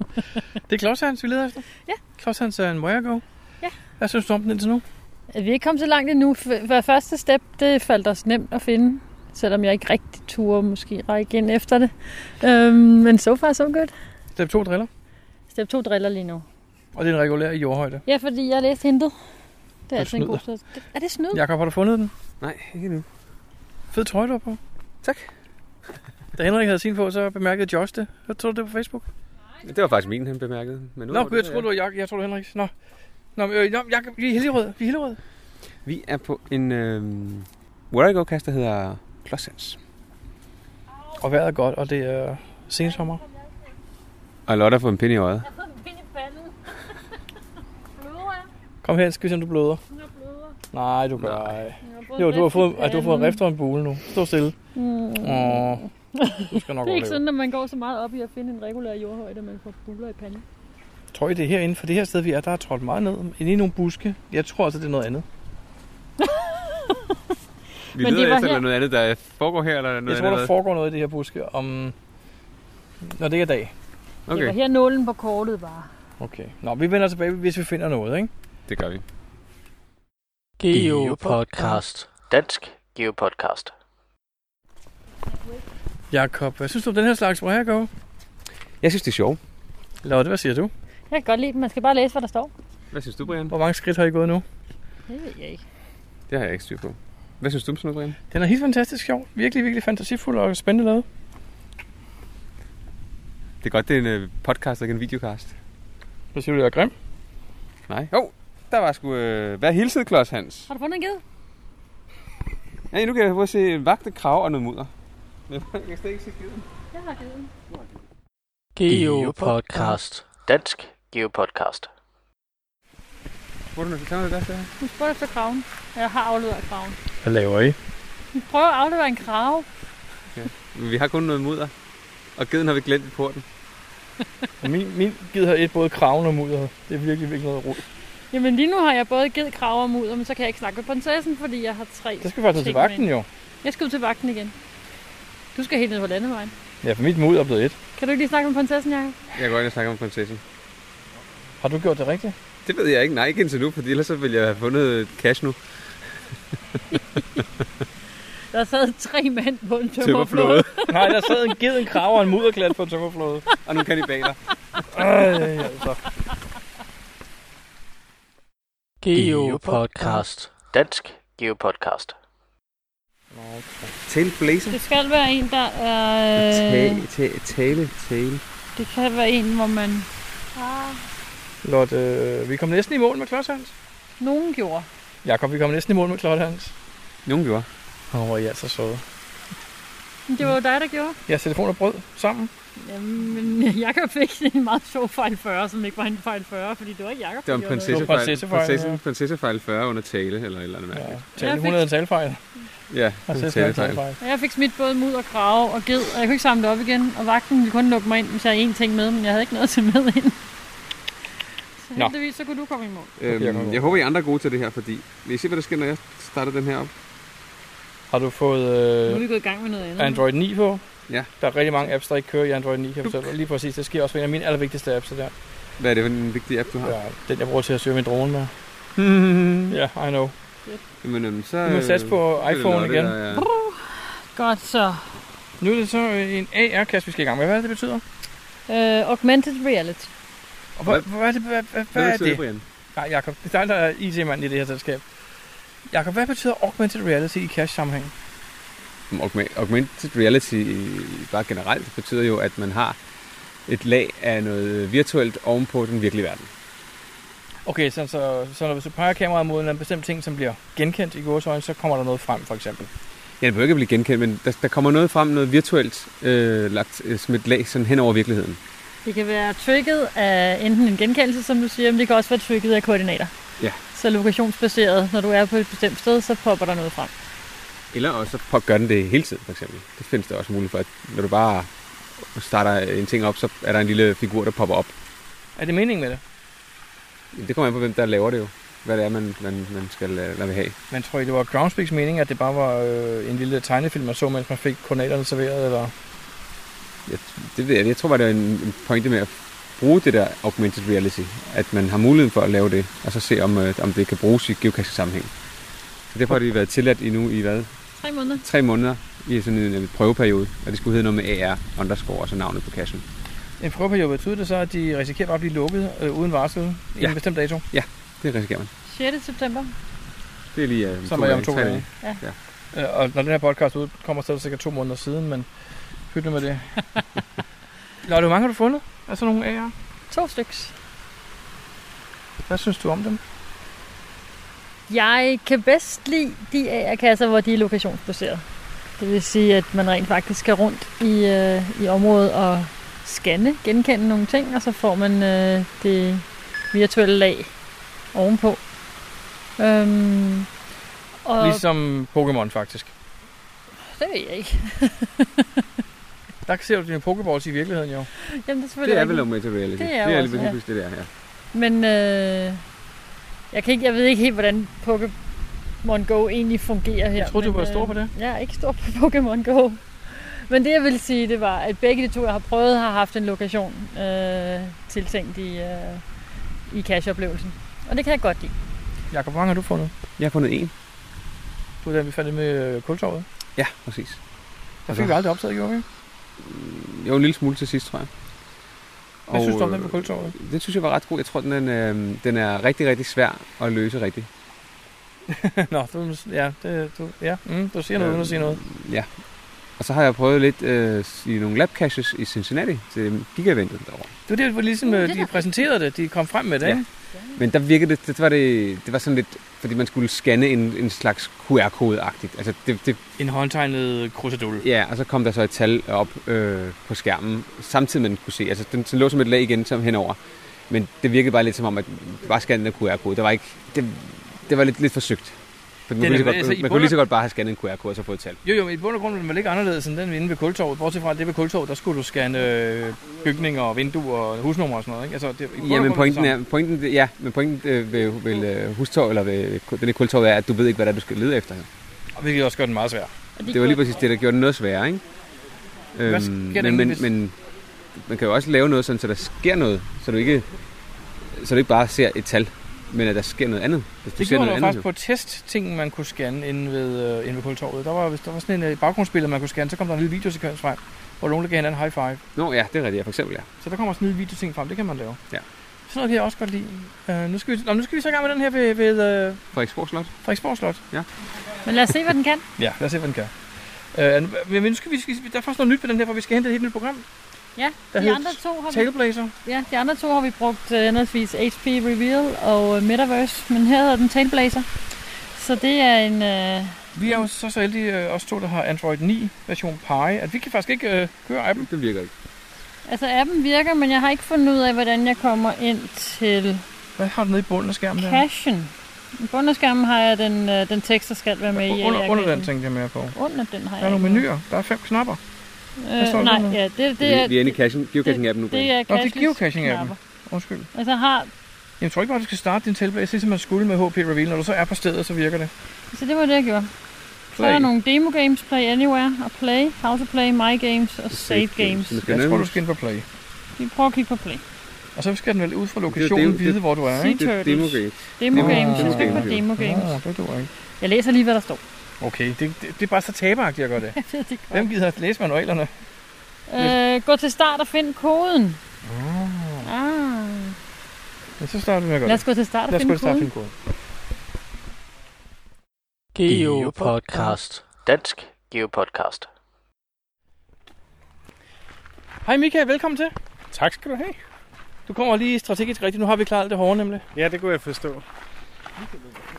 B: det er Klods Hans, vi leder efter. Ja. Klods Hans er en Where Go.
J: Ja.
B: Hvad synes du om den indtil nu?
J: At Vi er ikke kommet så langt endnu. F- for første step, det faldt os nemt at finde. Selvom jeg ikke rigtig turde måske række ind efter det. Øhm, men so far so good.
B: Step 2 driller,
J: Step 2 driller lige nu.
B: og det er en regulær jordhøjde.
J: Ja, fordi jeg læste hintet. Det er
B: Du
J: altså en god
B: snyder.
J: størrelse. Det- Er det snyd?
B: Jakob, har du fundet den?
A: Nej, ikke nu.
B: Fed trøje, du har på. Tak. Da Henrik havde sin på, så bemærkede Josh det. Jeg tror du det på Facebook?
A: Det var faktisk min, han bemærkede. Men
B: Nå, jeg tror du var Jakob. Jeg tror du Henriks. Nå. Nå, men, øh, nå, men Jakob, vi er i Hillerød. Vi er i Hillerød.
A: Vi er på en øh, Where I Go kast, der hedder Klodshands.
B: Og vejret er godt, og det er sensommer.
A: Og Lotte har fået en pind i øjet.
B: Kom her, skal vi se, om du bløder. Nej, du gør ej. Jo, du har fået, ej, du har fået en rift og en bule nu. Stå stille.
J: Mm.
B: Åh, du skal nok
J: det er ikke
B: overleve.
J: sådan, at man går så meget op i at finde en regulær jordhøjde, man får buler i panden.
B: Tror I det er herinde? For det her sted, vi er, der er trådt meget ned. Inde i nogle buske. Jeg tror altså, det er noget andet.
A: Vi
B: Men det
A: leder
B: var
A: efter
B: her.
A: eller noget andet, der foregår her, eller noget
B: jeg tror,
A: andet.
B: der foregår noget i det her buske om... Når det ikke er dag.
J: Det var her nålen på kortet var.
B: Okay. Nå, vi vender tilbage, hvis vi finder noget, ikke?
A: Det gør vi.
C: Geopodcast. Dansk Geopodcast.
B: Jakob, hvad synes du om den her slags Where
A: Jeg synes, det er sjovt.
B: Lotte, hvad siger du?
J: Jeg kan godt lide dem. Man skal bare læse, hvad der står.
A: Hvad synes du, Brian?
B: Hvor mange skridt har I gået nu?
J: Det ved jeg ikke.
A: Det har jeg ikke styr på. Hvad synes du om sådan noget, Brian?
B: Den er helt fantastisk sjov. Virkelig, virkelig fantasifuld og spændende lavet.
A: Det er godt, det er en øh, podcast og ikke en videocast.
B: Hvad siger du, jeg er grim?
A: Nej. Jo, oh, der var sgu... Øh, hvad hilsede Klods Hans?
J: Har du fundet en ged?
A: Ja, nu kan jeg prøve at se en vagt, en krav og noget mudder. Jeg kan slet ikke se skiden.
J: Jeg har givet den.
C: Geopodcast. Dansk Geopodcast.
A: Spurgte du, kan man det der?
J: Hun spurgte efter kraven. Jeg har afleveret kraven.
A: Hvad laver I?
J: Vi prøver at aflevere en krave.
A: Ja. Men vi har kun noget mudder. Og geden har vi glemt i porten.
B: Min, min gid har et både kraven og mudder. Det er virkelig virkelig noget rod.
J: Jamen lige nu har jeg både givet kraver og mudder, men så kan jeg ikke snakke med prinsessen, fordi jeg har tre
B: Så skal vi faktisk til
J: ting
B: vagten
J: med.
B: jo.
J: Jeg skal ud til vagten igen. Du skal helt ned på landevejen.
B: Ja, for mit mudder er blevet et.
J: Kan du ikke lige snakke med prinsessen, Jacob?
A: Jeg går ind og snakker om prinsessen.
B: Har du gjort det rigtigt?
A: Det ved jeg ikke. Nej, ikke indtil nu, for ellers så ville jeg have fundet cash nu.
J: Der sad tre mænd på en
B: Tømmerflåde.
J: tømmerflåde.
B: Nej, der sad en ged, en krav og en mudderklat på en tømmerflåde.
A: Og nu kan de bage dig.
B: Ej, altså.
C: Geopodcast. Dansk Geopodcast.
A: Tail blazer.
J: Det skal være en, der er...
A: Tale, tale, tale, tale.
J: Det kan være en, hvor man... Ah,
B: Lotte, øh, vi kom næsten i mål med Klods Hans.
J: Nogen gjorde.
B: Jakob, vi kom næsten i mål med Klods Hans.
A: Nogen gjorde.
B: Åh, hvor er I altså søde.
J: Men det var jo dig, der gjorde.
B: Jeres telefon og brød sammen.
J: Jamen, Jacob fik en meget sjov fejl 40, som ikke var en fejl 40, fordi det var ikke Jacob,
A: Det var en prinsessefejl.
B: prinsessefejl,
A: prinsesse, prinsessefejl 40 under tale, eller et eller andet mærkeligt.
B: Tale 100 talfejl.
A: Ja, talefejl.
J: Og jeg fik smidt både mud og krave og ged, og jeg kunne ikke samle det op igen. Og vagten ville kun lukke mig ind, hvis jeg havde én ting med, men jeg havde ikke noget til med ind. Så
A: Nå.
J: heldigvis, så kunne du komme i mål.
A: Øhm, jeg håber, I andre er gode til det her, fordi... Vil I se, hvad der sker, når jeg starter den her op?
B: Har du fået
J: Nu er vi
B: øh,
J: gået i gang med noget andet.
B: Android 9 på?
A: Ja.
B: Der er rigtig mange apps, der ikke kører i Android 9, kan jeg fortælle dig. Lige præcis, det sker også ved en af mine allervigtigste apps, det der.
A: Hvad er det for en vigtig app, du har?
B: Ja, den jeg bruger til at søge min drone med. Ja, yeah, I know.
A: Jamen, øhm, så...
B: Nu må vi satse på
A: så er det
B: iPhone
A: Lotte,
B: igen.
A: der er-
J: Godt så.
B: Nu er det så øh, en AR-kast, vi skal i gang med. Hvad er det, det betyder?
J: Uh, augmented reality.
B: Og hvad, hvad, er det, hvad, hvad, hvad
J: Hvad
B: er
J: betyder det,
B: det?
J: Brian?
B: Nej, Jacob, det er dig, der er IT-mand i det her selskab. Jakob, hvad betyder augmented reality i cash-sammenhæng?
A: Augment- Augmented reality øh, bare generelt betyder jo, at man har et lag af noget virtuelt ovenpå den virkelige verden.
B: Okay, så, så, så når du peger kameraet mod en eller anden bestemt ting, som bliver genkendt i vores øjne, så kommer der noget frem, for eksempel.
A: Ja, det behøver ikke at blive genkendt, men der, der kommer noget frem, noget virtuelt øh, lagt øh, som et lag sådan hen over virkeligheden.
J: Det kan være trigget af enten en genkendelse, som du siger, men det kan også være trigget af koordinater.
A: Ja.
J: Så lokationsbaseret, når du er på et bestemt sted, så popper der noget frem.
A: Eller også så gør den det hele tiden, for eksempel. Det findes der også mulighed for, at når du bare starter en ting op, så er der en lille figur, der popper op.
B: Er det meningen med det?
A: Jamen, Det kommer an på, hvem der laver det jo. Hvad det er, man, man, man skal øh, lade have.
B: Man tror I, det var Groundspeaks mening, at det bare var øh, en lille tegnefilm, man så, mens man fik koordinaterne serveret, eller...
A: Jeg, det ved jeg, jeg tror bare, det er en, en pointe med at bruge det der augmented reality. At man har muligheden for at lave det, og så se, om, øh, om det kan bruges i geocaching sammenhæng. Så derfor har det været tilladt endnu i hvad?
J: Tre måneder.
A: Tre måneder i sådan en, en prøveperiode, og det skulle hedde noget med AR underscore, og så navnet på cashen.
B: En prøveperiode betyder det så, at de risikerer bare at blive lukket øh, uden varsel i ja. en bestemt dato.
A: Ja, det risikerer man.
J: 6. september.
A: Det er lige øh,
B: Som er om to
A: tre
B: dage.
J: Ja.
B: Øh, og når den her podcast ud, kommer så er det sikkert to måneder siden, men pyt nu med det. Lotte, hvor mange har du fundet? Er så nogle AR?
J: To styks.
B: Hvad synes du om dem?
J: Jeg kan bedst lide de AR-kasser, hvor de er lokationsbaseret. Det vil sige, at man rent faktisk skal rundt i, øh, i området og scanne, genkende nogle ting, og så får man øh, det virtuelle lag ovenpå. Øhm, og
B: Ligesom Pokémon faktisk.
J: Det ved jeg ikke.
B: Der ser du dine Pokéballs i virkeligheden jo.
J: Jamen, det er selvfølgelig
A: Det er
J: rigtigt.
A: vel augmented reality.
J: Det er,
A: det er
J: jo
A: lige
J: også, ja.
A: præcis det der, ja.
J: Men øh, jeg, kan ikke, jeg ved ikke helt, hvordan Pokémon Go egentlig fungerer her.
B: Jeg troede, du
J: men,
B: var stor på det.
J: Jeg er ikke stor på Pokémon Go. Men det, jeg ville sige, det var, at begge de to, jeg har prøvet, har haft en lokation øh, tiltænkt i, øh, i cash-oplevelsen. Og det kan jeg godt lide.
B: Jakob, hvor mange har du fundet?
A: Jeg har fundet en.
B: Du er den, vi fandt med øh, kultorvet.
A: Ja, præcis.
B: Der fik vi aldrig optaget, gjorde vi?
A: Jo, en lille smule til sidst, tror jeg.
B: Hvad synes du om den
A: øh,
B: på kultorvet?
A: Den synes jeg var ret god. Jeg tror, den, er, øh, den er rigtig, rigtig svær at løse rigtigt.
B: Nå, du, ja, det, du, ja mm, du siger noget uden at sige noget.
A: Ja. Og så har jeg prøvet lidt øh, i nogle lab caches i Cincinnati til gigaventet derovre.
B: Det var det, hvor ligesom, øh, de præsenterede det. De kom frem med det,
A: Ja.
B: ikke?
A: Men der virkede det, det var, det, det var sådan lidt fordi man skulle scanne en, en slags QR-kode-agtigt. Altså det, det,
B: En håndtegnet krusadul.
A: ja, og så kom der så et tal op øh, på skærmen, samtidig med at den kunne se. Altså den, den lå som et lag igen som henover. Men det virkede bare lidt som om, at bare scanne en QR-kode. Der var ikke, det, det var lidt, lidt forsøgt. For man, kunne lige,
B: Den er-
A: så godt,
B: altså, i
A: man kunne lige så
B: bund-
A: godt bare have scannet en QR-kode og så fået et tal.
B: Jo, jo, men i bund og grund var den vel ikke anderledes end den inde ved Kultorvet. Bortset fra, at det ved Kultorvet, der skulle du scanne øh, bygninger og vinduer og husnummer og sådan noget. Ikke? Altså, det, i bund
A: Ja,
B: og grund
A: men
B: det
A: pointen
B: samme.
A: er, pointen, ja, men pointen øh, ved, ved øh, hustorv, eller ved den her kultorv, er, at du ved ikke, hvad det er, du skal lede efter.
B: Og hvilket også gør den meget svær.
A: Det var lige præcis det, der gjorde den noget sværere, ikke? Øhm,
B: Hvad sker der
A: men, men,
B: hvis-
A: men man kan jo også lave noget sådan, så der sker noget, så du ikke, så du ikke bare ser et tal, men at der sker noget andet. Hvis du
B: Det
A: ser
B: gjorde
A: noget
B: der jo
A: andet,
B: faktisk på testtingen, man kunne scanne inde ved, øh, inde ved Kultorvet. Der var, hvis der var sådan en øh, baggrundsbillede, man kunne scanne, så kom der en lille videosekvens frem, hvor nogen der gav hinanden high five.
A: Nå ja, det er rigtigt, ja, for eksempel, ja.
B: Så der kommer sådan en lille videoting frem, det kan man lave.
A: Ja.
B: Sådan noget kan jeg også godt lide. Øh, nu, skal vi, nå, nu skal vi så i gang med den her ved, ved øh,
A: Frederiksborg Slot.
B: Frederiksborg Slot.
A: Ja.
J: Men lad os se, hvad den kan.
B: Ja, lad os se, hvad den kan. Øh, nu- men nu skal vi, skal, der er faktisk noget nyt på den her, for vi skal hente et helt nyt program.
J: Ja,
B: Der
J: de
B: hed
J: andre to har
B: Tailblazer.
J: vi, ja, de andre to har vi brugt uh, henholdsvis HP Reveal og uh, Metaverse, men her hedder den Tailblazer. Så det er en... Uh,
B: Vi er jo så så heldige, øh, os to, der har Android 9 version Pie, at vi kan faktisk ikke øh, køre appen.
A: Det virker ikke.
J: altså appen virker, men jeg har ikke fundet ud af, hvordan jeg kommer ind til
B: Hvad har du nede i bunden af skærmen der?
J: cashen. I bunden af skærmen har jeg den, uh, den tekst, der skal være med i.
B: Under,
J: jeg
B: under
J: kan-
B: den tænkte jeg mere på.
J: Under den har
B: Der er
J: jeg
B: nogle
J: ikke.
B: menuer. Der er fem knapper. Hvad står
J: Øh,
B: der
J: nej,
B: nu?
J: ja, det,
A: Vi,
J: det
A: er,
J: er...
A: vi er inde i cashen, geocaching-appen nu.
J: det er
B: Nå, det er
J: cachens
B: geocaching-appen.
J: knapper.
B: Undskyld.
J: Altså har,
B: Jeg tror ikke bare, du skal starte din tilbage, som man skulle med HP Reveal. Når du så er på stedet, så virker det.
J: Så det var det, jeg gjorde. Så er
B: Play.
J: der nogle demo games, Play Anywhere og Play, How to Play, My Games og Save Games.
B: Jeg tror, du skal ind på Play.
J: Vi prøver at kigge på Play.
B: Og så skal den vel ud fra
A: det-
B: lokationen
A: det-
B: vide, hvor du er, ikke?
A: det er demo games.
J: Demo
B: Ah,
J: games, jeg
B: demo
J: skal på
B: games.
J: demo games.
B: Ah, det duer ikke.
J: Jeg læser lige, hvad der står.
B: Okay, det, det, det er bare så taberagtigt, jeg gør det.
J: det
B: Hvem gider at læse manualerne?
J: Øh, gå til start og find koden. Ah.
B: Men så starter vi med at gøre
J: Lad os
B: det.
J: gå til start og
B: Lad os gå
J: finde
B: til start og
J: koden.
B: finde koden.
C: Geopodcast. Dansk Geopodcast.
B: Hej Michael, velkommen til.
K: Tak skal du have.
B: Du kommer lige strategisk rigtigt. Nu har vi klaret alt det hårde nemlig.
K: Ja, det kunne jeg forstå.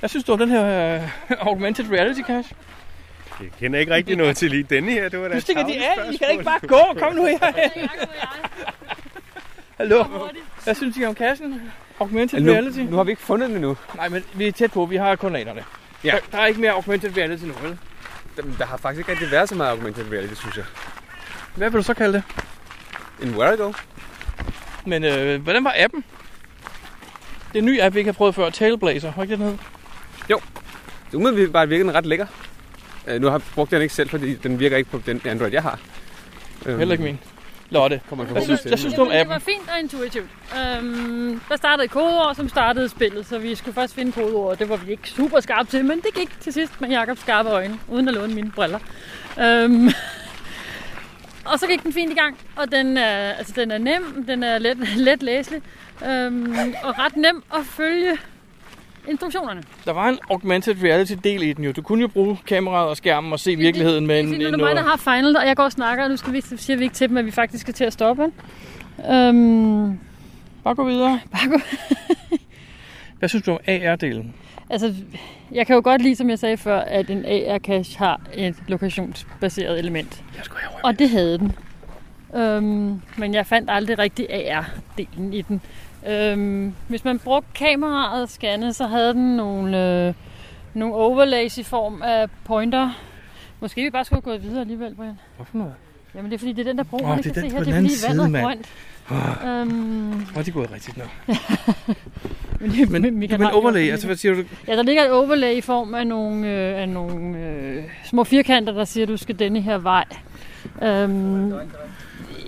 B: Jeg synes, du om den her uh, augmented reality cache.
K: Jeg kender ikke rigtig noget til lige denne her. Det var da
B: Nu
K: et
B: stikker de
K: tarveligt
B: af. I kan da ikke bare
K: spørgsmål.
B: gå. Kom nu herhen. Hallo. Hvad synes I om kassen? Augmented
A: Nu,
B: reality?
A: nu har vi ikke fundet den endnu.
B: Nej, men vi er tæt på. Vi har koordinaterne.
A: Ja.
B: Der, der er ikke mere augmented reality nu, vel?
A: Jamen, Der har faktisk ikke rigtig været så meget augmented reality, synes jeg.
B: Hvad vil du så kalde det?
A: En where ago?
B: Men øh, hvordan var appen? Det er en ny app, vi ikke har prøvet før. Tailblazer. Har ikke det, den hed?
A: Så umiddelbart virker den ret lækker. Øh, nu har jeg brugt den ikke selv, fordi den virker ikke på den Android, jeg har. Øhm,
B: Heller ikke min. Lotte,
A: Kommer
B: hvad synes,
A: til.
B: hvad synes du om
J: Jamen,
B: appen?
J: det var fint og intuitivt. Øhm, der startede et kodeord, som startede spillet, så vi skulle først finde kodeordet. Det var vi ikke super skarpe til, men det gik til sidst med Jakobs skarpe øjne, uden at låne mine briller. Øhm, og så gik den fint i gang, og den er, altså, den er nem, den er let, let læselig, øhm, og ret nem at følge instruktionerne.
B: Der var en augmented reality del i den jo. Du kunne jo bruge kameraet og skærmen og se virkeligheden med en,
J: Det er
B: en
J: nu mig, der har final, og jeg går og snakker, og nu skal vi, siger vi ikke til dem, at vi faktisk skal til at stoppe. Øhm,
B: Bare gå videre.
J: bare gå
B: Hvad synes du om AR-delen?
J: Altså, jeg kan jo godt lide, som jeg sagde før, at en AR-cache har et lokationsbaseret element.
B: Jeg skulle have
J: Og det havde den. Øhm, men jeg fandt aldrig rigtig AR-delen i den. Øhm, hvis man brugte kameraet og scanne, så havde den nogle, øh, nogle overlays i form af pointer. Måske vi bare skulle gå videre alligevel, Brian.
B: Hvorfor noget?
J: Jamen det er fordi, det er den der bro,
B: Åh,
J: man
B: det er
J: ikke kan
B: den
J: se
B: på
J: her. Det
B: den
J: er
B: anden
J: fordi vandet
B: side,
J: er
B: mand.
J: grønt. Øhm,
B: Åh, det går rigtigt nok.
J: men, men,
B: Men overlæg, altså hvad siger du?
J: Ja, der ligger et overlag i form af nogle, øh, af nogle øh, små firkanter, der siger, at du skal denne her vej. Øhm,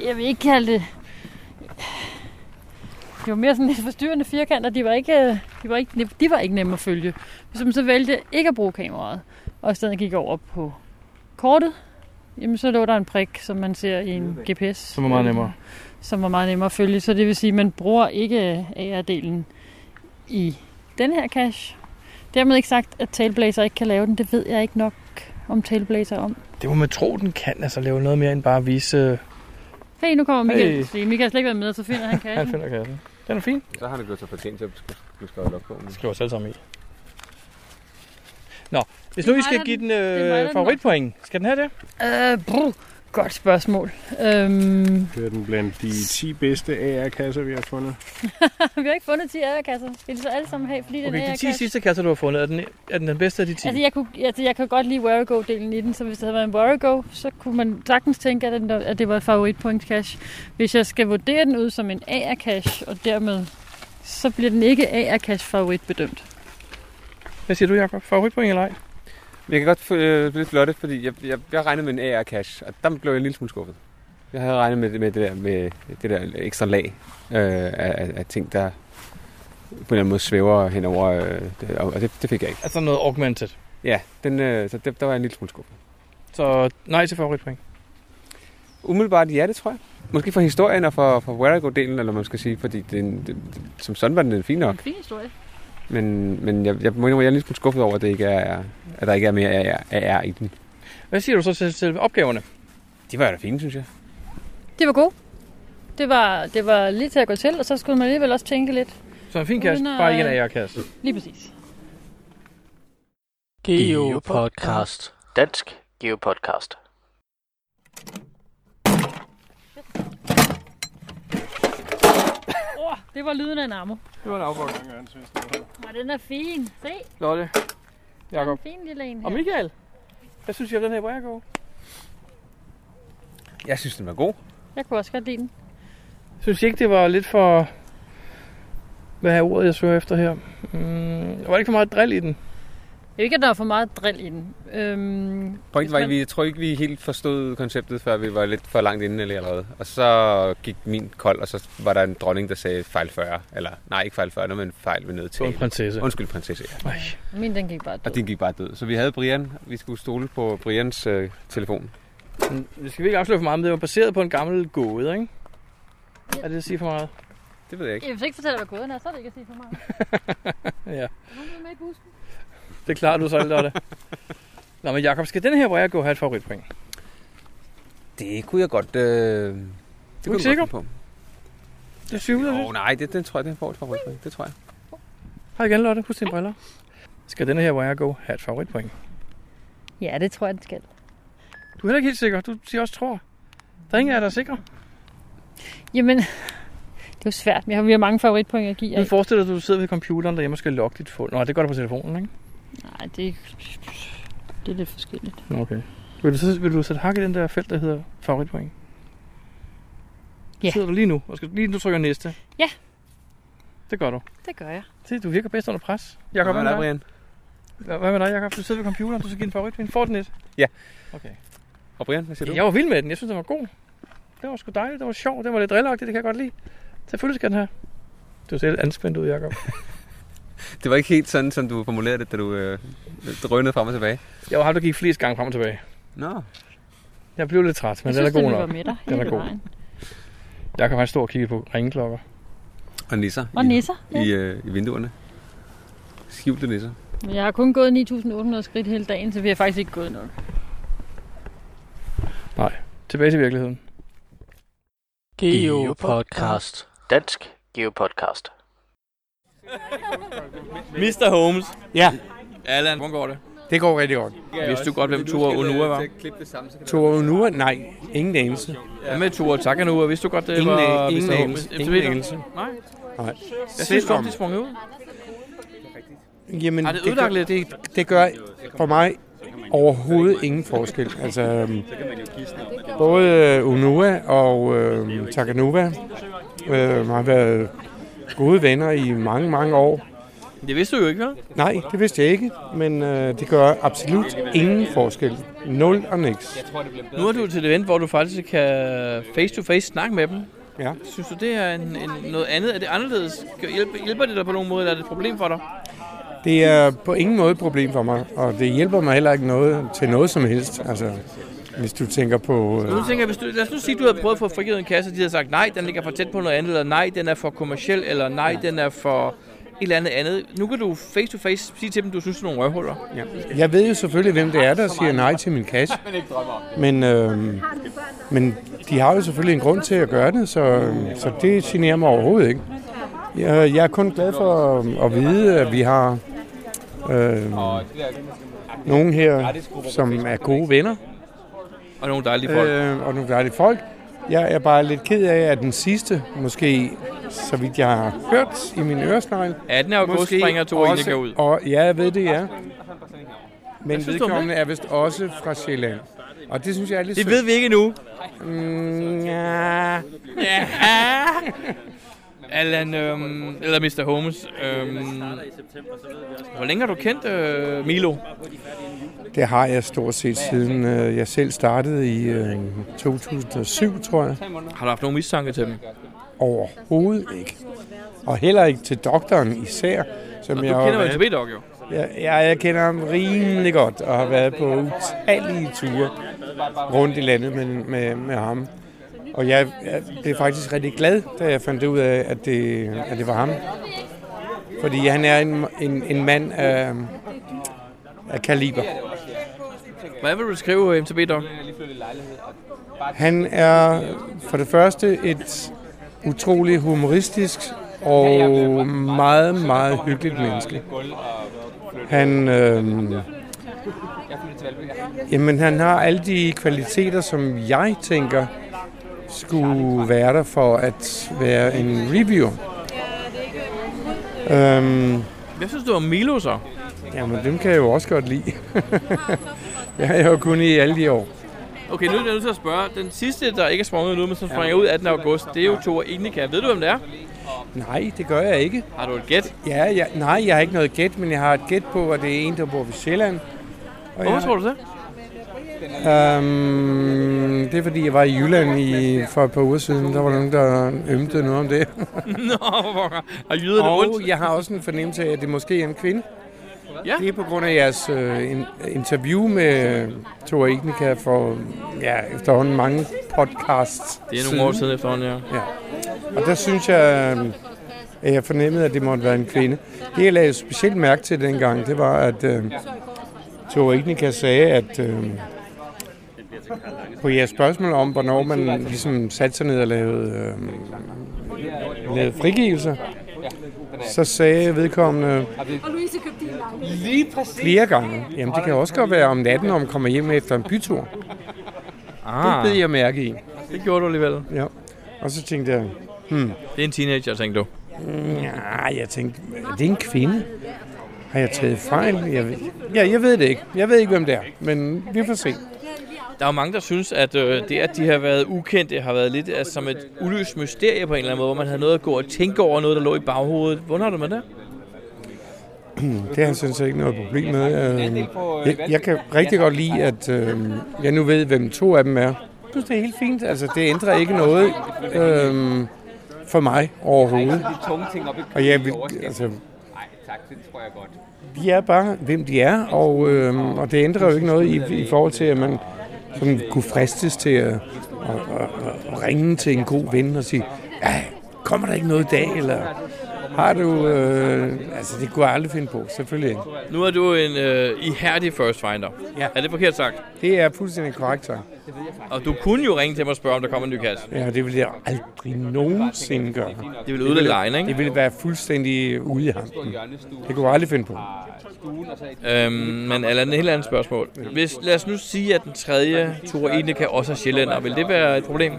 J: jeg vil ikke kalde det... Det var mere sådan lidt forstyrrende firkanter. De var ikke, øh, de var ikke, de var ikke nemme at følge. Hvis man så vælger ikke at bruge kameraet, og i stedet gik over på kortet, jamen så lå der en prik, som man ser i en GPS.
B: Som er meget nemmere.
J: øh, Som var meget nemmere at følge. Så det vil sige, at man bruger ikke AR-delen i den her cache. Dermed ikke sagt, at Tailblazer ikke kan lave den. Det ved jeg ikke nok om Tailblazer om.
B: Det må man tro, den kan altså lave noget mere end bare at vise... øh,
J: Hey, nu kommer Michael.
B: Hey.
J: Hey. Se, Michael har slet ikke været med, så finder han
B: Han
J: kassen.
B: finder kassen. Den er fin.
A: Så har han gjort sig fortjent til at skulle skrive logbogen.
B: Det skriver selv sammen i. Nå, hvis nu vi skal give den
J: er mig, der
B: øh,
J: den-
B: favoritpoint, skal den have det?
J: Øh, brug. Godt spørgsmål. Øhm,
K: Det er den blandt de 10 bedste AR-kasser, vi har fundet.
J: vi har ikke fundet 10 ærgerkasser. Skal de så alle sammen have, fordi den
B: Okay, de 10
J: ærgerkasse-
B: sidste kasser, du har fundet, er den, er den den bedste af de 10?
J: Altså, jeg, kunne, altså, jeg kan godt lide Where go delen i den, så hvis det havde været en Where go så kunne man sagtens tænke, at, den, at det var et favoritpoint cash. Hvis jeg skal vurdere den ud som en AR cash, og dermed, så bliver den ikke AR cash favorit bedømt.
B: Hvad siger du, Jacob? Favoritpoint eller ej?
A: Men jeg kan godt få- øh, blive lidt flottet, fordi jeg, jeg, jeg regnede med en AR-cash, og der blev jeg en lille smule skuffet. Jeg havde regnet med, det- med, det, der, med det der ekstra lag øh, af, af, af ting, der på en eller anden måde svæver henover, øh, det, og og det, det fik jeg ikke.
B: Altså noget augmented.
A: Ja, den, øh, så det, der var jeg en lille smule skuffet.
B: Så nej til favoritpoint.
A: Umiddelbart ja, det tror jeg. Måske for historien og for, for Where I Go-delen, eller hvad man skal sige, fordi den, den, som sådan var den fin nok.
J: Fin historie.
A: Men, men jeg, jeg, må indrømme, jeg er en lille smule skuffet over, at, det ikke er, at der ikke er mere AR, AR i den.
B: Hvad siger du så til selve opgaverne?
A: De var da fine, synes jeg.
J: Det var god. Det var, det var lige til at gå til, og så skulle man alligevel også tænke lidt.
B: Så en fin kasse,
J: Uden at-
B: bare ikke en AR-kasse.
J: Lige præcis.
C: Geopodcast. Dansk Geopodcast.
J: Åh, oh, det var lyden af en ammo.
B: Det var en afgård.
J: Og den er fin. Se,
B: Lotte, Jakob
J: fin lille en her.
B: og Michael. Hvad synes I om den her Where
A: Jeg synes, den var god.
J: Jeg kunne også godt lide den.
B: Synes I ikke, det var lidt for... Hvad er ordet, jeg søger efter her? Mm, var der ikke for meget drill i den?
J: Det er jo ikke, at der er for meget drill i den. Øhm,
A: Pointen var, at vi jeg tror ikke, vi helt forstod konceptet, før vi var lidt for langt inde eller allerede. Og så gik min kold, og så var der en dronning, der sagde fejl 40. Eller nej, ikke fejl 40, men fejl ved noget til.
B: en prinsesse.
A: Undskyld, prinsesse. Ja.
J: min den gik bare død.
A: Og den gik bare død. Så vi havde Brian. Vi skulle stole på Brians øh, telefon.
B: Mm, Det skal vi ikke afsløre for meget, men det var baseret på en gammel gåde, ikke? Er det at sige for meget?
A: Det ved jeg
J: Jeg vil ikke fortælle, hvad koden er, så er det ikke at sige for meget.
B: ja,
J: Er nogen, der er med i bussen?
B: det klarer du så, Lotte. Nå, men Jakob, skal den her Where have et favoritpoint?
A: Det kunne jeg godt... Øh, det
B: Du
A: kunne
B: er
A: jeg
B: sikker?
A: godt finde på.
B: Det er syv ud af
A: Åh, oh, nej, det, den tror jeg, den får et favoritpoint. Det tror jeg.
B: Hej igen, Lotte. Husk dine briller. Skal denne her Where Go have et favoritpoint?
J: Ja, det tror jeg, den skal.
B: Du er heller ikke helt sikker. Du siger også tror. Der er ingen af jer, der er sikre.
J: Jamen, det er jo svært. Vi har, vi har mange favoritpoint at give.
B: Nu
J: af.
B: forestiller dig, at du sidder ved computeren derhjemme og skal logge dit fund. Nå, det gør du på telefonen, ikke?
J: Nej, det, det er lidt forskelligt.
B: Okay. Vil du, så, vil du sætte hak i den der felt, der hedder favoritpoint?
J: Ja.
B: Sidder du lige nu, og skal lige nu trykker næste?
J: Ja.
B: Det gør du.
J: Det gør jeg.
B: Se, du virker bedst under pres. Jakob,
A: Hvad med dig, Brian?
B: Hvad hvad med dig, Jakob? Du sidder ved computeren, du skal give en favoritpoint. Får den et?
A: Ja.
B: Okay.
A: Og Brian, hvad siger du?
B: Jeg var vild med den. Jeg synes, den var god. Det var sgu dejligt. Det var sjovt. Det var lidt drillagtigt. Det kan jeg godt lide. Selvfølgelig skal den her. Du ser lidt anspændt ud, Jacob.
A: Det var ikke helt sådan, som du formulerede det, da du øh, drønede frem og tilbage.
B: Jeg var ham, der gik flest gange frem og tilbage.
A: Nå.
B: Jeg blev lidt træt, men
J: jeg
B: den
J: synes,
B: er god
J: den
B: nok.
J: var med dig
B: den
J: hele
B: er god.
J: vejen.
B: Jacob han står og kigger på ringeklokker.
A: Og nisser.
J: Og
A: i-
J: nisser, ja.
A: I, øh, i vinduerne. Skjulte nisser.
J: Men jeg har kun gået 9.800 skridt hele dagen, så vi har faktisk ikke gået nok.
B: Tilbage til virkeligheden.
C: Geopodcast. Dansk Geopodcast.
B: Mr. Holmes.
N: Ja.
B: Allan, hvordan går det?
N: Det går rigtig godt.
B: Vidste du godt, hvem Tura Onua var?
N: Tor Unua? Nej, ingen anelse.
B: Hvad med Tura Takanua? Vidste du godt, det
N: Ingen
B: var
N: an- ingen
B: Mr.
N: anelse.
B: Holmes?
N: Ingen
B: Ved du-
N: anelse.
B: Nej.
N: Nej.
B: Jeg synes, du, de sprang ud.
N: Jamen,
B: Har det ødelagt lidt?
N: det, det gør for mig overhovedet ingen forskel. Altså, øhm, både øh, Unua og øh, Takanova øh, har været gode venner i mange, mange år.
B: Det vidste du jo ikke, vel?
N: Nej, det vidste jeg ikke, men øh, det gør absolut ingen forskel. Nul og niks.
B: Nu er du til et event, hvor du faktisk kan face-to-face snakke med dem.
N: Ja.
B: Synes du, det er en, en, noget andet? Er det anderledes? Gør- Hjælper, hjælper det dig på nogen måde, eller er det et problem for dig?
N: Det er på ingen måde et problem for mig, og det hjælper mig heller ikke noget, til noget som helst. Altså, hvis du tænker på... øh,
B: Nu tænker jeg, hvis du, lad os nu sige, at du havde prøvet at få frigivet en kasse, og de havde sagt, nej, den ligger for tæt på noget andet, eller nej, den er for kommersiel, eller nej, den er for et eller andet andet. Nu kan du face-to-face sige til dem, du synes, du er nogle røvhuller.
N: Ja. Jeg ved jo selvfølgelig, hvem det er, der siger nej til min kasse. Men, øh, men de har jo selvfølgelig en grund til at gøre det, så, så det generer mig overhovedet ikke. Jeg, jeg er kun glad for at, at vide, at vi har øh, nogen her, som er gode venner.
B: Og nogle dejlige folk.
N: Øh, og nogle dejlige folk. Jeg er bare lidt ked af, at den sidste, måske, så vidt jeg har hørt i min øresnegl.
B: 18. august
N: måske
B: springer to
N: også-
B: indikker ud.
N: Og, ja, jeg ved det, ja. Men
B: synes du om
N: vedkommende er vist også fra Sjælland. Og det synes jeg er lidt
B: Det
N: synd.
B: ved vi ikke endnu.
N: Mm, ja.
B: Ja. Allan, øhm, eller Mr. Holmes. Øhm, hvor længe har du kendt øh, Milo?
N: Det har jeg stort set siden øh, jeg selv startede i øh, 2007, tror jeg.
B: Har du haft nogen mistanke til dem?
N: Overhovedet ikke. Og heller ikke til doktoren især. Som
B: Nå,
N: jeg
B: du
N: har
B: kender jo
N: været-
B: til B-Dog jo.
N: Ja, ja, jeg kender ham rimelig godt og har været på utallige ture rundt i landet med, med, med ham. Og jeg, jeg blev faktisk rigtig glad, da jeg fandt ud af, at det, at det var ham. Fordi han er en, en, en mand af, af kaliber.
B: Hvad vil du skrive øh, MTB Dog?
N: Han er for det første et utrolig humoristisk og meget, meget hyggeligt menneske. Han, øh, jamen, han har alle de kvaliteter, som jeg tænker skulle være der for at være en review. Øhm,
B: Hvad synes du om Milo så?
N: jamen, dem kan jeg jo også godt lide. jeg har jo kun i alle de år.
B: Okay, nu er jeg nødt til at spørge. Den sidste, der ikke er sprunget nu, men som springer ud 18. august, det er jo Thor Ignica. Ved du, hvem det er?
N: Nej, det gør jeg ikke.
B: Har du et gæt?
N: Ja, jeg, nej, jeg har ikke noget gæt, men jeg har et gæt på, at det er en, der bor ved Sjælland. Og
B: Hvorfor
N: jeg,
B: tror du det?
N: Øhm, det er, fordi jeg var i Jylland i, for et par uger siden. Der var nogen, der ømte noget om det.
B: Nå, hvor har jyderne
N: Og
B: ondt?
N: jeg har også en fornemmelse af, at det måske er en kvinde.
B: Ja.
N: Det er på grund af jeres øh, in- interview med øh, Tore Ignica for ja, efterhånden mange podcasts.
B: Det er nogle år siden efterhånden, ja.
N: ja. Og der synes jeg, øh, at jeg fornemmede, at det måtte være en kvinde. Det, jeg lagde specielt mærke til dengang, det var, at øh, Tore Ignica sagde, at øh, på jeres spørgsmål om, hvornår man ligesom satte sig ned og lavede, øh, lavede frigivelser, så sagde vedkommende,
O: Og Louise købte din lejlighed.
B: Lige præcis.
N: Flere gange. Jamen, det kan også godt være om natten, når man kommer hjem efter en bytur.
B: Ah.
N: Det bed jeg mærke i.
B: Det gjorde du alligevel.
N: Ja. Og så tænkte jeg, hmm,
B: Det er en teenager, tænkte du.
N: Mm, ja, jeg tænkte, er det en kvinde? Har jeg taget fejl? Jeg ved, ja, jeg ved det ikke. Jeg ved ikke, hvem det er, men vi får se.
B: Der er jo mange, der synes, at øh, det, at de har været ukendte, har været lidt altså, som et uløst mysterie på en eller anden måde, hvor man havde noget at gå og tænke over, noget, der lå i baghovedet. Hvordan har du med det?
N: Det har jeg sådan set ikke noget problem med. Øh, Jeg, jeg kan rigtig godt lide, at øh, jeg nu ved, hvem to af dem er. Jeg synes, det er helt fint. Altså, det ændrer ikke noget øh, for mig
C: altså,
N: overhovedet. Og jeg vil, altså,
P: Nej, tak, det tror jeg godt.
N: de er bare, hvem de er, og, øh, og det ændrer jo ikke noget i, i forhold til, at man sådan kunne fristes til at, at, at, at ringe til en god ven og sige, ja, kommer der ikke noget i dag, eller har du... Øh, altså, det kunne jeg aldrig finde på, selvfølgelig ikke.
B: Nu er du en øh, ihærdig first finder. Ja. Er det forkert sagt?
N: Det er fuldstændig korrekt, så.
B: Og du kunne jo ringe til mig og spørge, om der kommer en ny kasse.
N: Ja, det ville jeg aldrig nogensinde gøre.
B: Det ville ødelægge lejen, ikke?
N: Det ville være fuldstændig ude i hampen. Det kunne jeg aldrig finde på.
B: Øhm, men Allan, et helt andet spørgsmål. Hvis, lad os nu sige, at den tredje tur egentlig kan også er sjællænder. Vil det være et problem?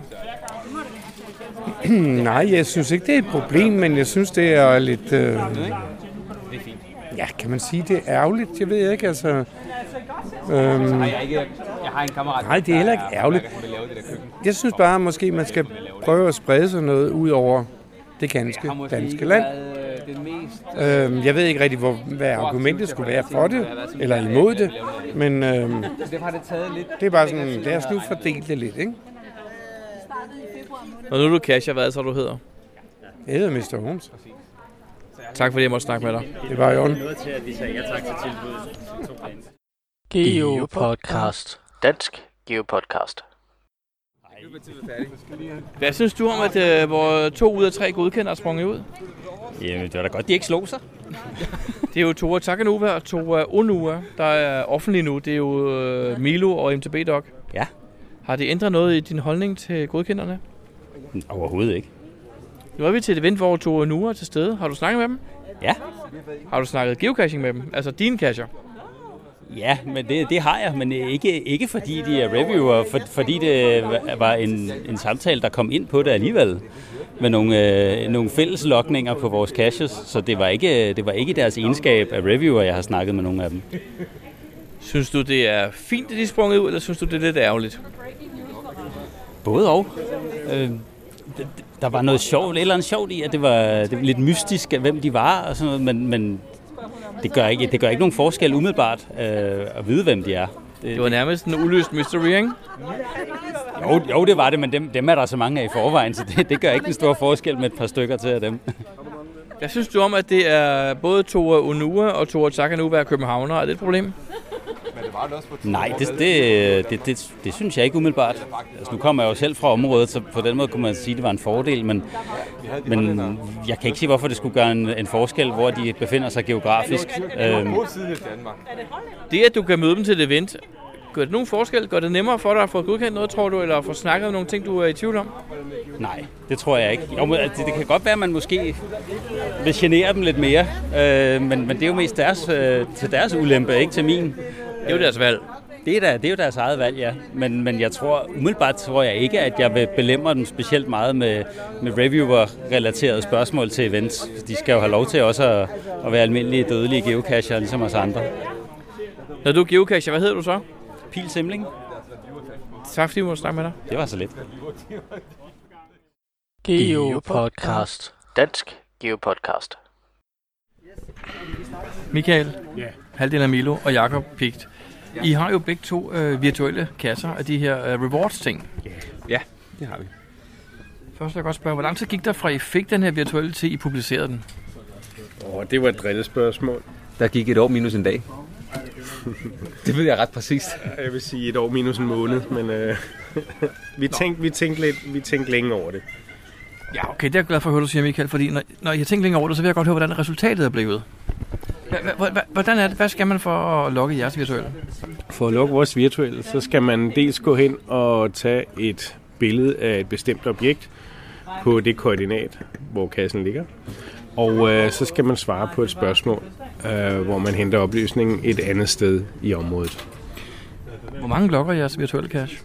N: Nej, jeg synes ikke, det er et problem, men jeg synes, det er lidt... Øh, ja, kan man sige, det er ærgerligt? Jeg ved ikke, altså... Øhm,
P: Nej, jeg, er ikke, jeg har en kammerat.
N: nej, det er heller ikke ærgerligt. Jeg synes bare, måske man skal prøve at sprede sig noget ud over det ganske danske land.
P: øh,
N: Øhm, jeg ved ikke rigtig, hvor, hvad argumentet skulle være for det, eller
P: øh,
N: imod det, men øhm,
P: Det har det taget lidt.
N: det er bare sådan, lad os nu fordele det lidt, ikke?
B: Og nu er du Kasia, hvad er det så, du hedder?
N: Jeg hedder Mr. Holmes.
B: Tak fordi jeg måtte snakke med dig.
N: Det var i orden.
Q: Noget til, at vi sagde ja tak til tilbuddet. To baner.
C: Geo Podcast. Dansk Geo Podcast.
B: Hvad synes du om, at øh, hvor to ud af tre godkendte er sprunget ud?
Q: Jamen, det var da godt, de ikke slog sig.
B: Det er jo Tora Takanova og Tora Onua, der er offentlig nu. Det er jo øh, Milo og MTB Doc.
Q: Ja.
B: Har det ændret noget i din holdning til godkenderne?
Q: Overhovedet ikke.
B: Nu er vi til et event, hvor Tora Onua er til stede. Har du snakket med dem?
Q: Ja.
B: Har du snakket geocaching med dem? Altså dine cacher?
Q: Ja, men det, det har jeg, men ikke, ikke fordi de er reviewer, for, fordi det var en, en samtale, der kom ind på det alligevel med nogle, øh, nogle fælleslokninger på vores caches, så det var ikke, det var ikke deres egenskab af reviewer, jeg har snakket med nogle af dem.
B: Synes du, det er fint, at de er sprunget ud, eller synes du, det er lidt ærgerligt?
Q: Både og. Øh, d- der var noget sjovt, et eller andet sjovt i, at det var, det var lidt mystisk, at hvem de var og sådan noget, men, men det, gør ikke, det gør ikke nogen forskel umiddelbart øh, at vide, hvem de er.
B: Det var nærmest en uløst mystery, ikke?
Q: Jo, jo det var det, men dem, dem er der så mange af i forvejen, så det, det gør ikke den store forskel med et par stykker til af dem.
B: Hvad synes du om, at det er både Tore Unua og Tore Takanuva er københavnere? Er det et problem?
Q: Nej, det, det, det, det, det synes jeg ikke umiddelbart. Altså, nu kommer jeg jo selv fra området, så på den måde kunne man sige, at det var en fordel, men, men jeg kan ikke se, hvorfor det skulle gøre en, en forskel, hvor de befinder sig geografisk. Øhm,
B: Det, at du kan møde dem til et event, gør det nogen forskel? Gør det nemmere for dig at få godkendt noget, tror du, eller at få snakket om nogle ting, du er i tvivl om?
Q: Nej, det tror jeg ikke. Jo, men altså, det kan godt være, at man måske vil genere dem lidt mere, øh, men, men det er jo mest deres, øh, til deres ulempe, ikke til min. Det
B: er jo deres valg.
Q: Det er, der, det er jo deres eget valg, ja. Men, men jeg tror, umiddelbart tror jeg ikke, at jeg vil belemre dem specielt meget med, med reviewer-relaterede spørgsmål til events. De skal jo have lov til også at, at være almindelige dødelige geocacher, ligesom os andre.
B: Når du er geocacher, hvad hedder du så?
Q: Pil Simling.
B: Tak fordi vi måtte snakke med dig.
Q: Det
C: altså
Q: var så lidt.
C: Geopodcast. Dansk Geopodcast.
B: Michael,
R: Ja.
B: halvdelen af Milo og Jakob Pigt. I har jo begge to øh, virtuelle kasser af de her øh, rewards-ting.
Q: Ja,
B: det har vi. Først vil jeg godt spørge, hvor lang tid gik der fra I fik den her virtuelle til I publicerede den?
K: Åh, det var et drillespørgsmål.
S: Der gik et år minus en dag. det ved jeg ret præcist.
K: Jeg vil sige et år minus en måned, men øh, vi, tænkte, vi, tænkte lidt, vi tænkte længe over det.
B: Ja, okay, det er jeg glad for at høre, du siger, Michael, fordi når, når jeg tænker længere over det, så vil jeg godt høre, hvordan resultatet er blevet. Hva- hva- hva- Hvordan er det? Hvad skal man for at lokke jeres virtuelle?
K: For at lukke vores virtuelle, så skal man dels gå hen og tage et billede af et bestemt objekt på det koordinat, hvor kassen ligger. Og øh, så skal man svare på et spørgsmål, øh, hvor man henter oplysningen et andet sted i området.
B: Hvor mange lokker jeres virtuelle cash?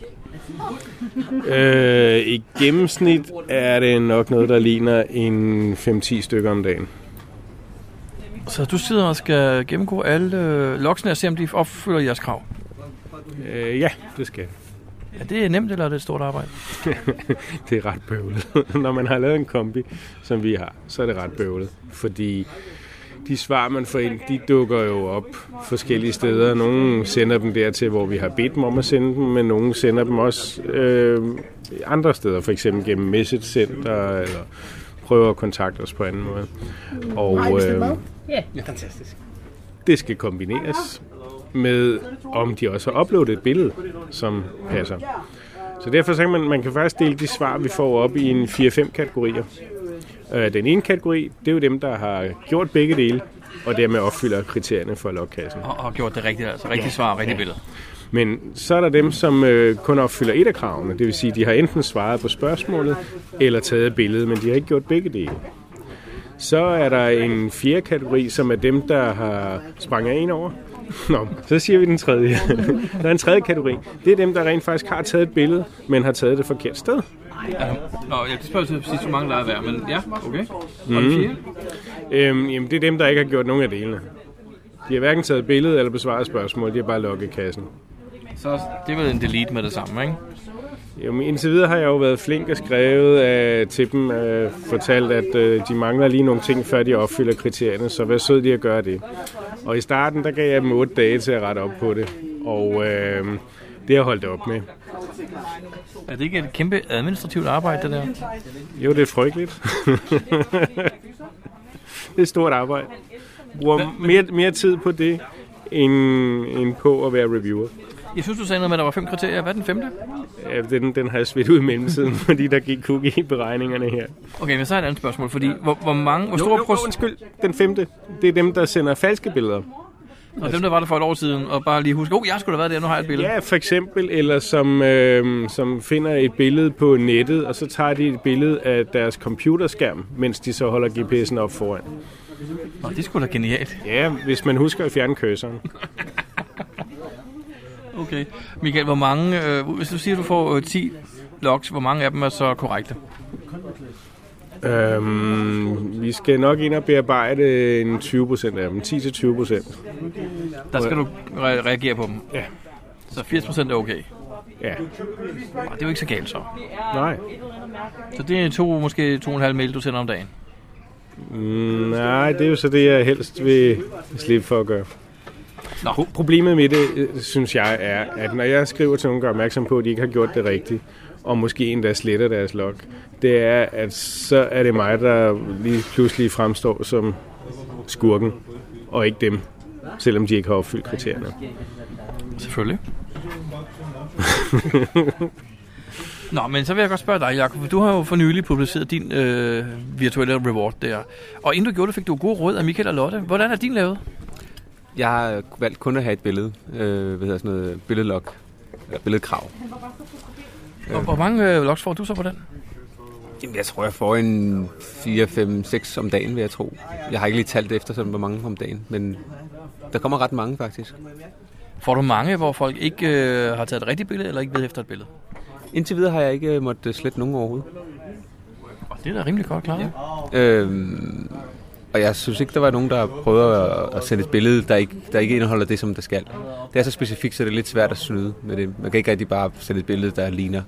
K: Øh, I gennemsnit er det nok noget, der ligner en 5-10 stykker om dagen.
B: Så du sidder og skal gennemgå alle øh, loksene og se, om de opfylder jeres krav.
K: Øh, ja, det skal jeg.
B: Er det nemt, eller er det et stort arbejde?
K: det er ret bøvlet. Når man har lavet en kombi, som vi har, så er det ret bøvlet. Fordi de svar, man får ind, de dukker jo op forskellige steder. Nogle sender dem dertil, hvor vi har bedt dem om at sende dem, men nogle sender dem også øh, andre steder, for eksempel gennem Message Center, eller prøver at kontakte os på anden måde. Og øh,
I: Ja. Fantastisk.
K: det skal kombineres med, om de også har uploadet et billede, som passer. Så derfor så kan man, man kan faktisk dele de svar, vi får op i en 4-5 kategorier. Øh, den ene kategori, det er jo dem, der har gjort begge dele, og dermed opfylder kriterierne for logkassen.
B: Og har gjort det rigtigt, altså rigtigt svar og rigtigt billede.
K: Men så er der dem, som øh, kun opfylder et af kravene, det vil sige, de har enten svaret på spørgsmålet, eller taget et billede, men de har ikke gjort begge dele. Så er der en fjerde kategori, som er dem, der har sprang af en over. Nå, så siger vi den tredje. der er en tredje kategori. Det er dem, der rent faktisk har taget et billede, men har taget det forkert sted.
B: Ja. Nå, jeg kan spørge til præcis, hvor mange der er hver, men ja, okay. Og den fjerde?
K: Mm. Øhm, jamen, det er dem, der ikke har gjort nogen af delene. De har hverken taget billede eller besvaret spørgsmål. De har bare lukket kassen.
B: Så det er vel en delete med det samme, ikke?
K: Jamen, indtil videre har jeg jo været flink og skrevet øh, til dem, øh, fortalt, at øh, de mangler lige nogle ting, før de opfylder kriterierne, så vær sød lige at gøre det. Og i starten, der gav jeg dem 8 dage til at rette op på det, og øh, det har jeg holdt op med.
B: Er det ikke et kæmpe administrativt arbejde, det der?
K: Jo, det er frygteligt. det er et stort arbejde. Bruger mere, mere tid på det, end, end på at være reviewer.
B: Jeg synes, du sagde noget med, at der var fem kriterier. Hvad er den femte?
K: Ja, Den, den har jeg smidt ud i mellemtiden, fordi der gik kug i beregningerne her.
B: Okay, men så er et andet spørgsmål, fordi hvor, hvor mange... Hvor
K: Jo,
B: store
K: jo,
B: proc-
K: undskyld. Den femte, det er dem, der sender falske billeder.
B: Og dem, der var der for et år siden, og bare lige huske, oh, jeg skulle da være der, nu har jeg et billede.
K: Ja, for eksempel, eller som, øh, som finder et billede på nettet, og så tager de et billede af deres computerskærm, mens de så holder GPS'en op foran.
B: Nå, det skulle da genialt.
K: Ja, hvis man husker at fjerne cursoren.
B: Okay. Michael, hvor mange, øh, hvis du siger, du får øh, 10 logs, hvor mange af dem er så korrekte?
K: Øhm, vi skal nok ind og bearbejde en 20 procent af dem. 10-20 procent.
B: Der skal du re- reagere på dem?
K: Ja.
B: Så 80% er okay?
K: Ja.
B: Nå, det er jo ikke så galt så.
K: Nej.
B: Så det er to, måske to og en halv mail, du sender om dagen?
K: Mm, nej, det er jo så det, jeg helst vil slippe for at gøre.
B: Nå.
K: Pro- problemet med det, øh, synes jeg, er, at når jeg skriver til nogen, gør opmærksom på, at de ikke har gjort det rigtigt, og måske endda sletter deres log, det er, at så er det mig, der lige pludselig fremstår som skurken, og ikke dem, selvom de ikke har opfyldt kriterierne.
B: Selvfølgelig. Nå, men så vil jeg godt spørge dig, Jacob, for du har jo for nylig publiceret din øh, virtuelle reward der. Og inden du gjorde det, fik du gode råd af Michael og Lotte. Hvordan er din lavet?
A: Jeg har valgt kun at have et billede. Øh, hvad hedder sådan noget? Billedlok. Eller billedkrav.
B: Og hvor mange øh, logs får du så på den?
A: Jamen, jeg tror, jeg får en 4, 5, 6 om dagen, vil jeg tro. Jeg har ikke lige talt efter, sådan, hvor mange om dagen, men der kommer ret mange, faktisk.
B: Får du mange, hvor folk ikke øh, har taget et rigtigt billede, eller ikke ved efter et billede?
A: Indtil videre har jeg ikke øh, måttet slette nogen overhovedet.
B: Og det er da rimelig godt klaret. Ja.
A: Øhm, og jeg synes ikke, der var nogen, der prøvede at- at sende et billede, der ikke, der ikke indeholder det, som der skal. Det er så specifikt, så det er lidt svært at snyde med det. Man kan ikke rigtig bare sende et billede, der ligner.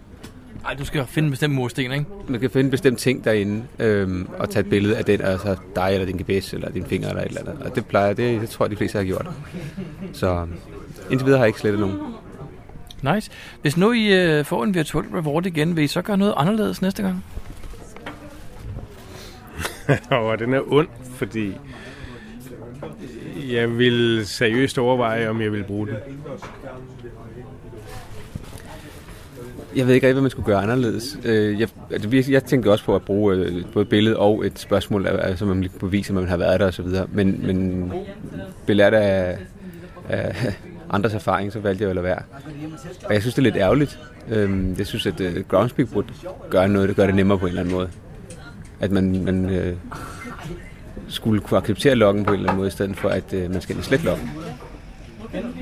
B: Ej, du skal finde en bestemt mursten, ikke?
A: Man kan finde en bestemt ting derinde, øhm, og tage et billede af den, altså dig eller din gebæs, eller din finger eller et eller andet. Og det plejer, det, det tror jeg, de fleste har gjort. Så indtil videre har jeg ikke slettet nogen.
B: Nice. Hvis nu I øh, får en virtuel reward igen, vil I så gøre noget anderledes næste gang?
K: og den er ond, fordi jeg vil seriøst overveje, om jeg vil bruge den.
A: Jeg ved ikke rigtig, hvad man skulle gøre anderledes. Øh, Jeg, altså, vi- jeg tænkte også på at bruge øh, både billede og et spørgsmål, altså så man lige kunne bevise, at man har været der osv. Men, men belært af, af andres erfaring, så valgte jeg at lade være. Og jeg synes, det er lidt ærgerligt. Øhm, Jeg synes, at øh, Groundspeak burde gøre noget, der gør det nemmere på en eller anden måde. At man, man øh, skulle kunne acceptere loggen på en eller anden måde, i stedet for at øh, man skal ind og slette loggen.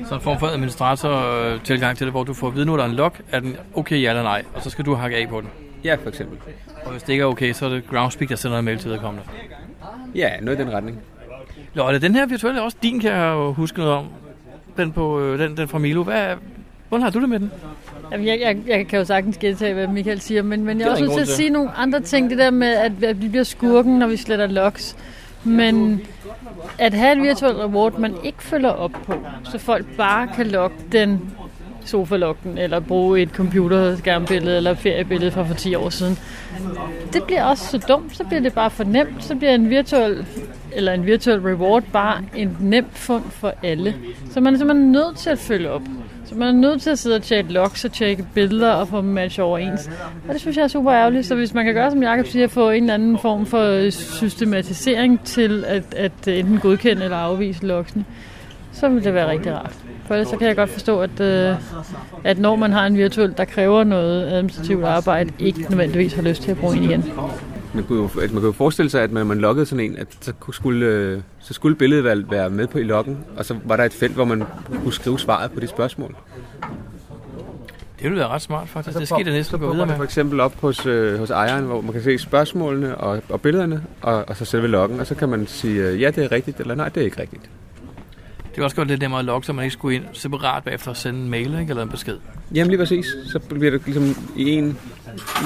B: Så en form for administrator-tilgang til det, hvor du får at vide, nu er der en log, er den okay ja eller nej, og så skal du hakke af på den.
A: Ja, for eksempel.
B: Og hvis det ikke er okay, så er det Groundspeak, der sender en mail til vedkommende.
A: Ja, noget i den retning.
B: Lotte, den her virtuelle er også din, kan jeg jo huske noget om. Den, på, øh, den, den fra Milo. Hvad, hvordan har du det med den?
J: Jamen, jeg, jeg, jeg kan jo sagtens gentage, hvad Michael siger, men, men
B: Det
J: jeg er
B: er
J: også
B: der
J: nødt til
B: ingen
J: at
B: grund
J: sige
B: til.
J: nogle andre ting. Det der med, at, at vi bliver skurken, når vi sletter logs. Men at have et virtuel reward, man ikke følger op på, så folk bare kan logge den sofaloggen, eller bruge et computerskærmbillede eller feriebillede fra for 10 år siden. Det bliver også så dumt, så bliver det bare for nemt, så bliver en virtuel eller en virtual reward bare en nem fund for alle. Så man er simpelthen nødt til at følge op. Så man er nødt til at sidde og tjekke logs og tjekke billeder og få dem matchet overens. Og det synes jeg er super ærgerligt, så hvis man kan gøre, som Jacob siger, få en eller anden form for systematisering til at, at enten godkende eller afvise logsene, så vil det være rigtig rart. For ellers så kan jeg godt forstå, at, øh, at når man har en virtuel, der kræver noget administrativt arbejde, ikke nødvendigvis har lyst til at bruge en igen.
A: Man kunne, jo, at man kunne jo forestille sig, at man, man loggede sådan en, at så kunne- skulle, øh, så skulle billedet være, være med på i loggen, og så var der et felt, hvor man kunne skrive svaret på de spørgsmål.
B: Det ville være ret smart, faktisk. Det
A: Så
B: sker det næste,
A: så
B: du går
A: popper
B: videre
A: det Altså, For
B: med.
A: eksempel op hos, øh, hos ejeren, hvor man kan se spørgsmålene og, og billederne, og, og så selve loggen, og så kan man sige, øh, ja, det er rigtigt, eller nej, det er ikke rigtigt.
B: Det er også godt lidt nemmere at logge, så man ikke skulle ind separat bagefter og sende en mail ikke? eller en besked.
A: Jamen lige præcis, så bliver det ligesom i en,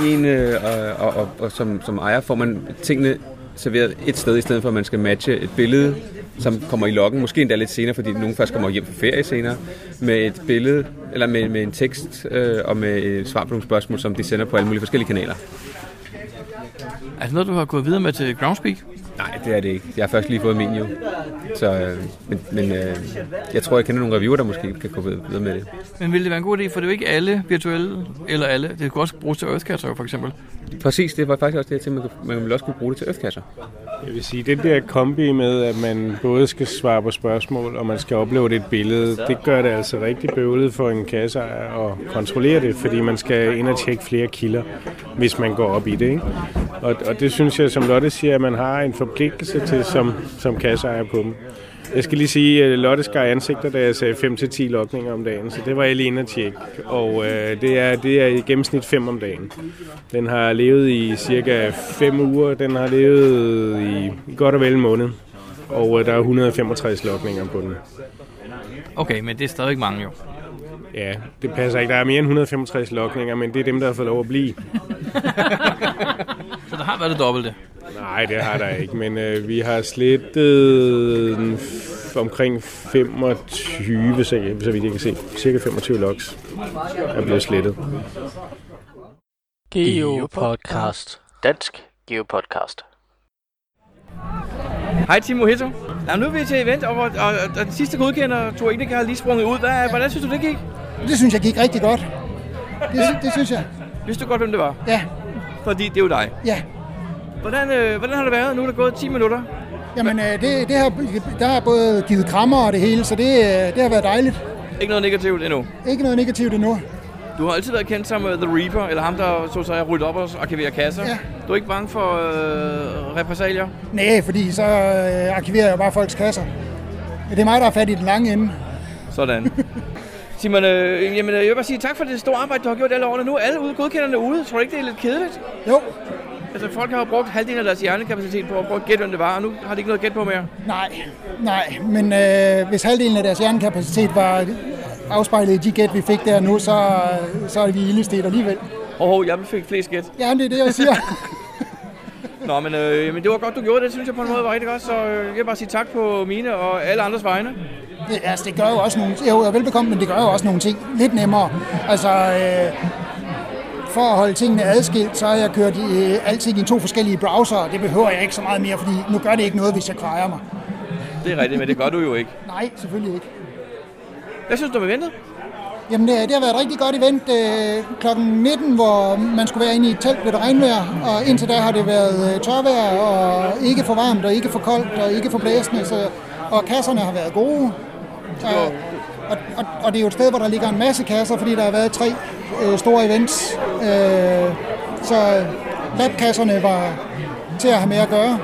A: i en øh, og, og, og, og som, som ejer får man tingene serveret et sted, i stedet for at man skal matche et billede, som kommer i loggen, måske endda lidt senere, fordi nogen først kommer hjem på ferie senere, med et billede, eller med, med en tekst, øh, og med et svar på nogle spørgsmål, som de sender på alle mulige forskellige kanaler.
B: Er det noget, du har gået videre med til Groundspeak?
A: Nej, det er det ikke. Jeg har først lige fået min jo. Så, øh, men men øh, jeg tror, jeg kender nogle reviewer, der måske kan gå videre med det.
B: Men ville det være en god idé, for det er jo ikke alle virtuelle, eller alle. Det kunne også bruges til Earthcatcher, for eksempel.
A: Præcis, det var faktisk også det, jeg tænkte, man, kunne, man ville også kunne bruge det til øfkasser.
K: Jeg vil sige, den der kombi med, at man både skal svare på spørgsmål, og man skal uploade et billede, det gør det altså rigtig bøvlet for en kasseejer at kontrollere det, fordi man skal ind og tjekke flere kilder, hvis man går op i det. Ikke? Og, og det synes jeg, som Lotte siger, at man har en forpligtelse til som, som kasseejer på dem. Jeg skal lige sige, at Lotte skar ansigter, da jeg sagde 5-10 lokninger om dagen, så det var jeg lige inde at tjekke. Og øh, det, er, det er i gennemsnit 5 om dagen. Den har levet i cirka 5 uger, den har levet i, i godt og vel en måned. Og øh, der er 165 lokninger på den.
B: Okay, men det er stadigvæk mange jo.
K: Ja, det passer ikke. Der er mere end 165 lokninger, men det er dem, der har fået lov at blive.
B: Så der har været det dobbelte.
K: Nej, det har der ikke, men øh, vi har slettet en f- omkring 25, så, så vidt jeg kan se. Cirka 25 logs er blevet slettet.
C: Geopodcast. Dansk Geopodcast.
B: Hej Timo Hitto. Nå, nu er vi til event, og, og, og, og den sidste godkender, Tor Ineke, har lige sprunget ud. Hvad, hvordan synes du, det gik?
T: Det synes jeg gik rigtig godt. Det, sy- det synes jeg.
B: Vidste du godt, hvem det var?
T: Ja.
B: Fordi det er jo dig.
T: Ja.
B: Hvordan, øh, hvordan har det været? Nu er der gået 10 minutter.
T: Jamen, øh, det, det har, der er både givet krammer og det hele, så det, øh, det har været dejligt.
B: Ikke noget negativt endnu.
T: Ikke noget negativt endnu.
B: Du har altid været kendt som uh, The Reaper, eller ham, der så sig ryddet op og arkiverer kasser. Ja. Du er ikke bange for øh, repressalier?
T: Nej, fordi så øh, arkiverer jeg bare folks kasser. Det er mig, der har fat i den lange ende.
B: Sådan. Simon, øh, jamen, øh, jeg vil bare sige tak for det store arbejde, du har gjort alle årene. Nu er alle ude, godkenderne ude. Tror du ikke, det er lidt kedeligt?
T: Jo.
B: Altså, folk har jo brugt halvdelen af deres hjernekapacitet på at prøve at gætte, hvem det var, og nu har de ikke noget at gætte på mere.
T: Nej, nej. Men øh, hvis halvdelen af deres hjernekapacitet var afspejlet i de gæt, vi fik der nu, så, øh, så er vi ildestet alligevel.
B: Åh, oh, jeg fik flest gæt.
T: Ja, det er det, jeg siger.
B: Nå, men, øh, men det var godt, du gjorde det. Det synes jeg på en måde var rigtig godt, så øh, jeg vil bare sige tak på mine og alle andres vegne.
T: Det, altså, det gør jo også nogle Jo, jeg er velbekomme, men det gør jo også nogle ting lidt nemmere. Altså, øh, for at holde tingene adskilt, så har jeg kørt øh, alting i to forskellige browser. Det behøver jeg ikke så meget mere, fordi nu gør det ikke noget, hvis jeg kvejer mig.
B: Det er rigtigt, men det gør du jo ikke.
T: Nej, selvfølgelig ikke.
B: Hvad synes du om eventet?
T: Jamen, øh, det, det har været et rigtig godt event. Øh, klokken 19, hvor man skulle være inde i et telt, blev det regnvejr, og indtil da har det været øh, tørvejr, og ikke for varmt, og ikke for koldt, og ikke for blæsende, så, og kasserne har været gode. Og, og, og, og det er jo et sted, hvor der ligger en masse kasser, fordi der har været tre øh, store events. Øh, så labkasserne var til at have med at gøre.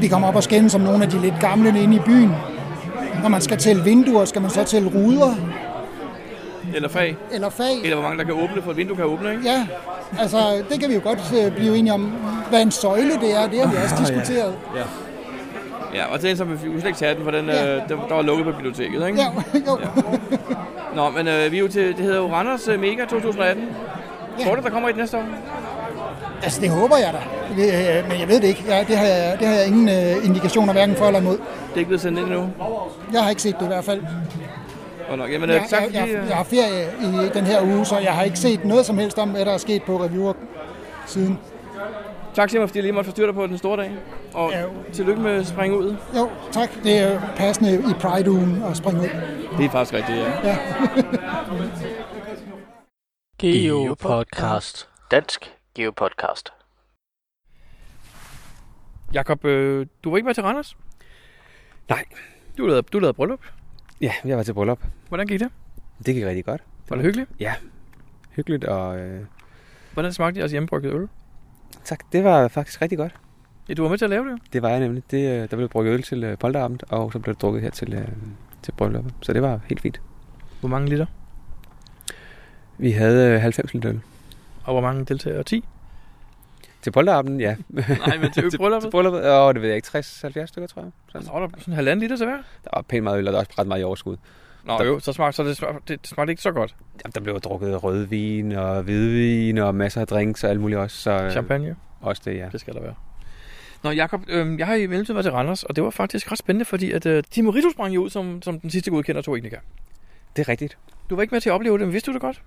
T: Vi kom op og skændes som nogle af de lidt gamle inde i byen. Når man skal tælle vinduer, skal man så tælle ruder.
B: Eller fag?
T: Eller fag.
B: Eller hvor mange, der kan åbne, for et vindue kan åbne, ikke?
T: Ja, altså det kan vi jo godt øh, blive enige om, hvad en søjle det er. Det har vi også diskuteret.
B: Ja. Ja, og den, som vi vi kunne slet ikke tage den, for den,
T: Ja.
B: ja. øh, den der var lukket på biblioteket, ikke?
T: Ja, jo. Ja.
B: Nå, men øh, vi er jo til, det hedder jo Randers øh, Mega 2018. Ja. Tror du, der kommer et næste år?
T: Altså, det håber jeg da. Det, øh, Men jeg ved det ikke. Ja, det, har jeg, det har jeg ingen øh, indikationer hverken for eller imod.
B: Det er ikke blevet sendt ind endnu.
T: Jeg har ikke set det i hvert fald.
B: Godt nok. Jamen,
T: jeg,
B: øh, tak
T: jeg,
B: fordi...
T: jeg,
B: øh,
T: jeg har ferie i den her uge, så jeg har ikke set noget som helst om, hvad der er sket på reviewer siden.
B: Tak Simon, fordi jeg lige måtte forstyrre dig på den store dag. Og ja. tillykke med at springe ud.
T: Jo, tak. Det er jo passende i Pride-ugen at springe ud.
B: Det er faktisk rigtigt, ja.
T: Ja.
C: Geopodcast. Dansk Geopodcast.
B: Jakob, øh, du var ikke med til Randers?
A: Nej.
B: Du lavede, du lavede bryllup.
A: Ja, jeg var til bryllup.
B: Hvordan gik det?
A: Det gik rigtig godt.
B: Var det hyggeligt?
A: Ja, hyggeligt, og øh,
B: Hvordan smagte jeres hjemmebrygget øl?
A: tak, det var faktisk rigtig godt.
B: Ja, du var med til at lave det.
A: Det var jeg nemlig. Det, øh, der blev brygget øl til øh, polteramt, og så blev det drukket her til, øh, til brylluppet. Så det var helt fint.
B: Hvor mange liter?
A: Vi havde øh, 90 liter øl.
B: Og hvor mange deltagere? 10?
A: Til polterappen, ja.
B: Nej, men til brylluppet?
A: til brylluppet? Åh, det ved jeg ikke. 60-70 stykker, tror jeg. Sådan.
B: Så var der sådan en halvanden liter til hver?
A: Der var pænt meget øl, og der var også ret meget i overskud.
B: Nå
A: der,
B: jo, så smagte, så det, smagte, det smagte ikke så godt.
A: Jamen, der blev drukket rødvin og hvidvin og masser af drinks og alt muligt også. Så, øh,
B: Champagne?
A: Også det, ja.
B: Det skal der være. Nå, Jakob, øh, jeg har i mellemtiden været til Randers, og det var faktisk ret spændende, fordi at øh, Timo Rito sprang jo ud som, som den sidste godkender to tekniker.
A: Det er rigtigt.
B: Du var ikke med til at opleve det, men vidste du det godt?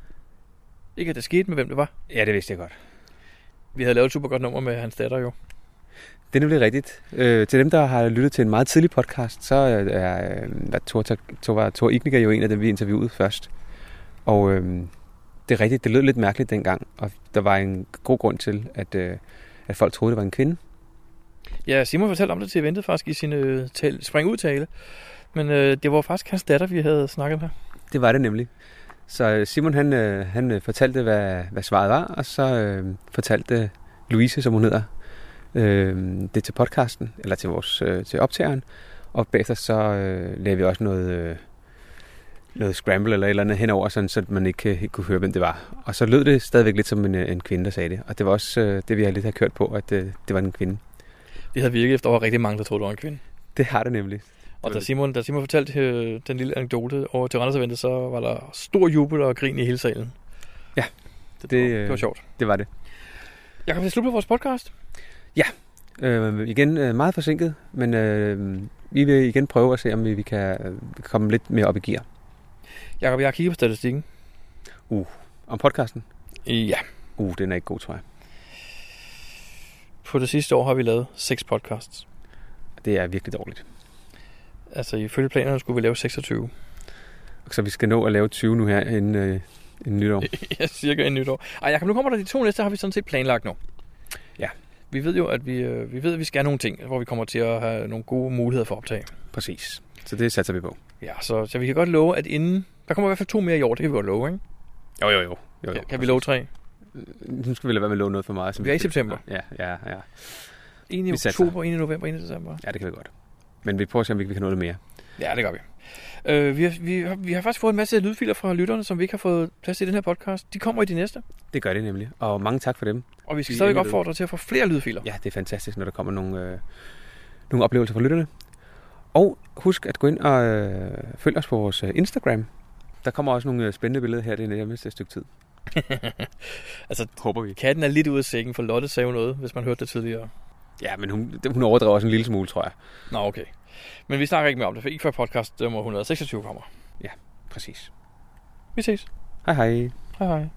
B: Ikke at det skete med, hvem det var.
A: Ja, det vidste jeg godt.
B: Vi havde lavet et super godt nummer med hans datter jo.
A: Det er nemlig rigtigt. Øh, til dem, der har lyttet til en meget tidlig podcast, så øh, er øh, var Thor, Thor, var Thor Igniger jo en af dem, vi interviewede først. Og øh, det er rigtigt, det lød lidt mærkeligt dengang, og der var en god grund til, at, øh, at folk troede, det var en kvinde.
B: Ja, Simon fortalte om det til eventet faktisk i sin øh, tal, springudtale. Men øh, det var faktisk hans datter, vi havde snakket med.
A: Det var det nemlig. Så øh, Simon han, øh, han øh, fortalte, hvad, hvad svaret var, og så øh, fortalte Louise, som hun hedder, øh, det til podcasten, eller til, vores, øh, til optageren. Og bagefter så øh, lavede vi også noget, øh, noget scramble eller et eller andet henover, sådan, så man ikke øh, helt kunne høre, hvem det var. Og så lød det stadigvæk lidt som en, øh, en kvinde, der sagde det. Og det var også øh, det, vi har lidt har kørt på, at øh, det var en kvinde.
B: Det havde virket efter, at der var rigtig mange, der troede, det var en kvinde.
A: Det har det nemlig.
B: Og da Simon, da Simon fortalte øh, den lille anekdote over til Randers Eventet, så var der stor jubel og grin i hele salen.
A: Ja,
B: det, det, var, det var sjovt.
A: Det var det.
B: Jeg kan slutte på vores podcast.
A: Ja, øh, igen øh, meget forsinket, men øh, vi vil igen prøve at se, om vi, vi kan øh, komme lidt mere op i gear.
B: Jakob, jeg har kigget på statistikken.
A: Uh, om podcasten?
B: Ja.
A: Uh, den er ikke god, tror jeg.
B: På det sidste år har vi lavet seks podcasts.
A: Det er virkelig dårligt.
B: Altså ifølge planerne skulle vi lave 26.
A: Så vi skal nå at lave 20 nu her inden, øh, inden nytår.
B: ja, cirka en nytår. Ej, Jacob, nu kommer der de to næste, har vi sådan set planlagt nu.
A: Ja.
B: Vi ved jo, at vi, øh, vi ved, at vi skal have nogle ting, hvor vi kommer til at have nogle gode muligheder for optag.
A: Præcis. Så det satser vi på.
B: Ja, så, så vi kan godt love, at inden... Der kommer i hvert fald to mere i år, det kan vi godt love, ikke?
A: Jo, jo, jo. jo, jo
B: ja, kan vi love tre?
A: Nu skal vi lade være med at love noget for meget. som
B: Vi er i september.
A: Ja, ja, ja.
B: En i
A: Vi satser.
B: oktober, en i november, en i december.
A: Ja, det kan vi godt. Men vi prøver at se, om vi ikke kan nå det mere.
B: Ja, det gør vi. Øh, vi, har, vi, har, vi har faktisk fået en masse lydfiler fra lytterne, som vi ikke har fået plads til i den her podcast. De kommer i de næste,
A: Det gør det nemlig. Og mange tak for dem.
B: og vi skal
A: I
B: stadig
A: endnu-
B: opfordre til at få flere lydfiler.
A: Ja, det er fantastisk, når der kommer nogle, øh, nogle oplevelser fra lytterne. Og husk at gå ind og øh, følg os på vores øh, Instagram. Der kommer også nogle øh, spændende billeder her det nærmeste stykke tid.
B: altså,
A: Håber vi.
B: katten er lidt ude af sækken, for Lotte sagde jo noget, hvis man hørte det tidligere.
A: Ja, men hun, hun overdriver også en lille smule, tror jeg.
B: Nå, okay. Men vi snakker ikke mere om det, for ikke før podcast nummer 126 kommer.
A: Ja, præcis.
B: Vi ses.
A: Hej hej.
B: Hej hej.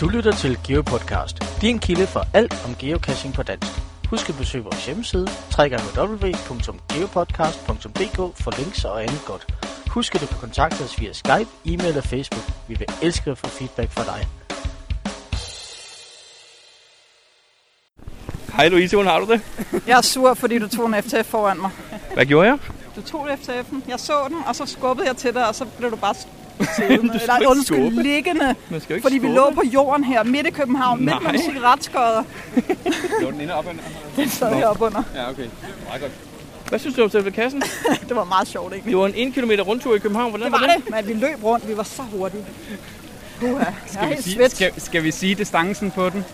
C: Du lytter til GeoPodcast, din kilde for alt om geocaching på dansk. Husk at besøge vores hjemmeside, www.geopodcast.dk for links og andet godt. Husk at du kan kontakte os via Skype, e-mail og Facebook. Vi vil elske at få feedback fra dig.
B: Hej Louise, hvordan har du det?
E: Jeg er sur, fordi du tog en FTF foran mig.
B: Hvad gjorde jeg?
E: Du tog FTF'en, jeg så den, og så skubbede jeg til dig, og så blev du bare siddende. Eller
B: ikke
E: undskyld,
B: skubbe.
E: liggende.
B: Man skal jo ikke
E: Fordi vi
B: skubbe.
E: lå på jorden her, midt i København, midt mellem
P: Nej.
E: cigaretskøder.
P: Lå den inde op under?
E: Den sad
B: Nå.
E: heroppe under.
P: Ja, okay. Meget godt.
B: Hvad synes du om selve kassen?
E: det var meget sjovt, ikke?
B: Det var en 1 km rundtur i København. Hvordan
E: Det var det, men vi løb rundt, vi var så hurtige. Uha, jeg er
P: Skal vi,
E: helt
P: sige,
E: svedt.
P: skal, skal vi sige distancen på den?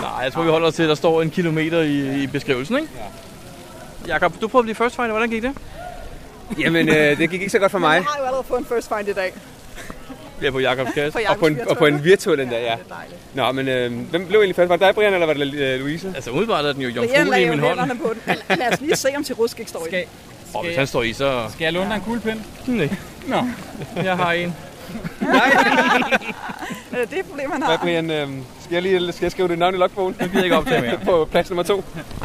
B: Nej, jeg tror, vi holder os til, at der står en kilometer i, i beskrivelsen, ikke? Ja. Jakob, du prøvede at blive first fighter. Hvordan gik det?
A: Jamen, øh, det gik ikke så godt for mig.
E: Jeg har jo allerede fået en first find i dag.
B: Ja, på Jakobs kasse.
E: På Jakobs
A: og, på en, og på en virtuel endda, ja. Nå, men øh, hvem blev egentlig først? Var det dig, Brian, eller var det øh, Louise?
B: Altså, umiddelbart er den jo
E: Brian lagde jo hænderne på den. Men Lad os lige se, om til rusk ikke står i den.
B: Og hvis han står i, så...
P: Skal jeg låne dig en kuglepind?
B: Nej.
P: Nå,
B: jeg har en.
E: Er det det problem, han
A: Hvad, øhm, Brian?
E: har?
A: Øh, skal, jeg lige, skal jeg skrive dit navn i logbogen? Det
B: gider ikke optage mere.
A: på plads nummer to.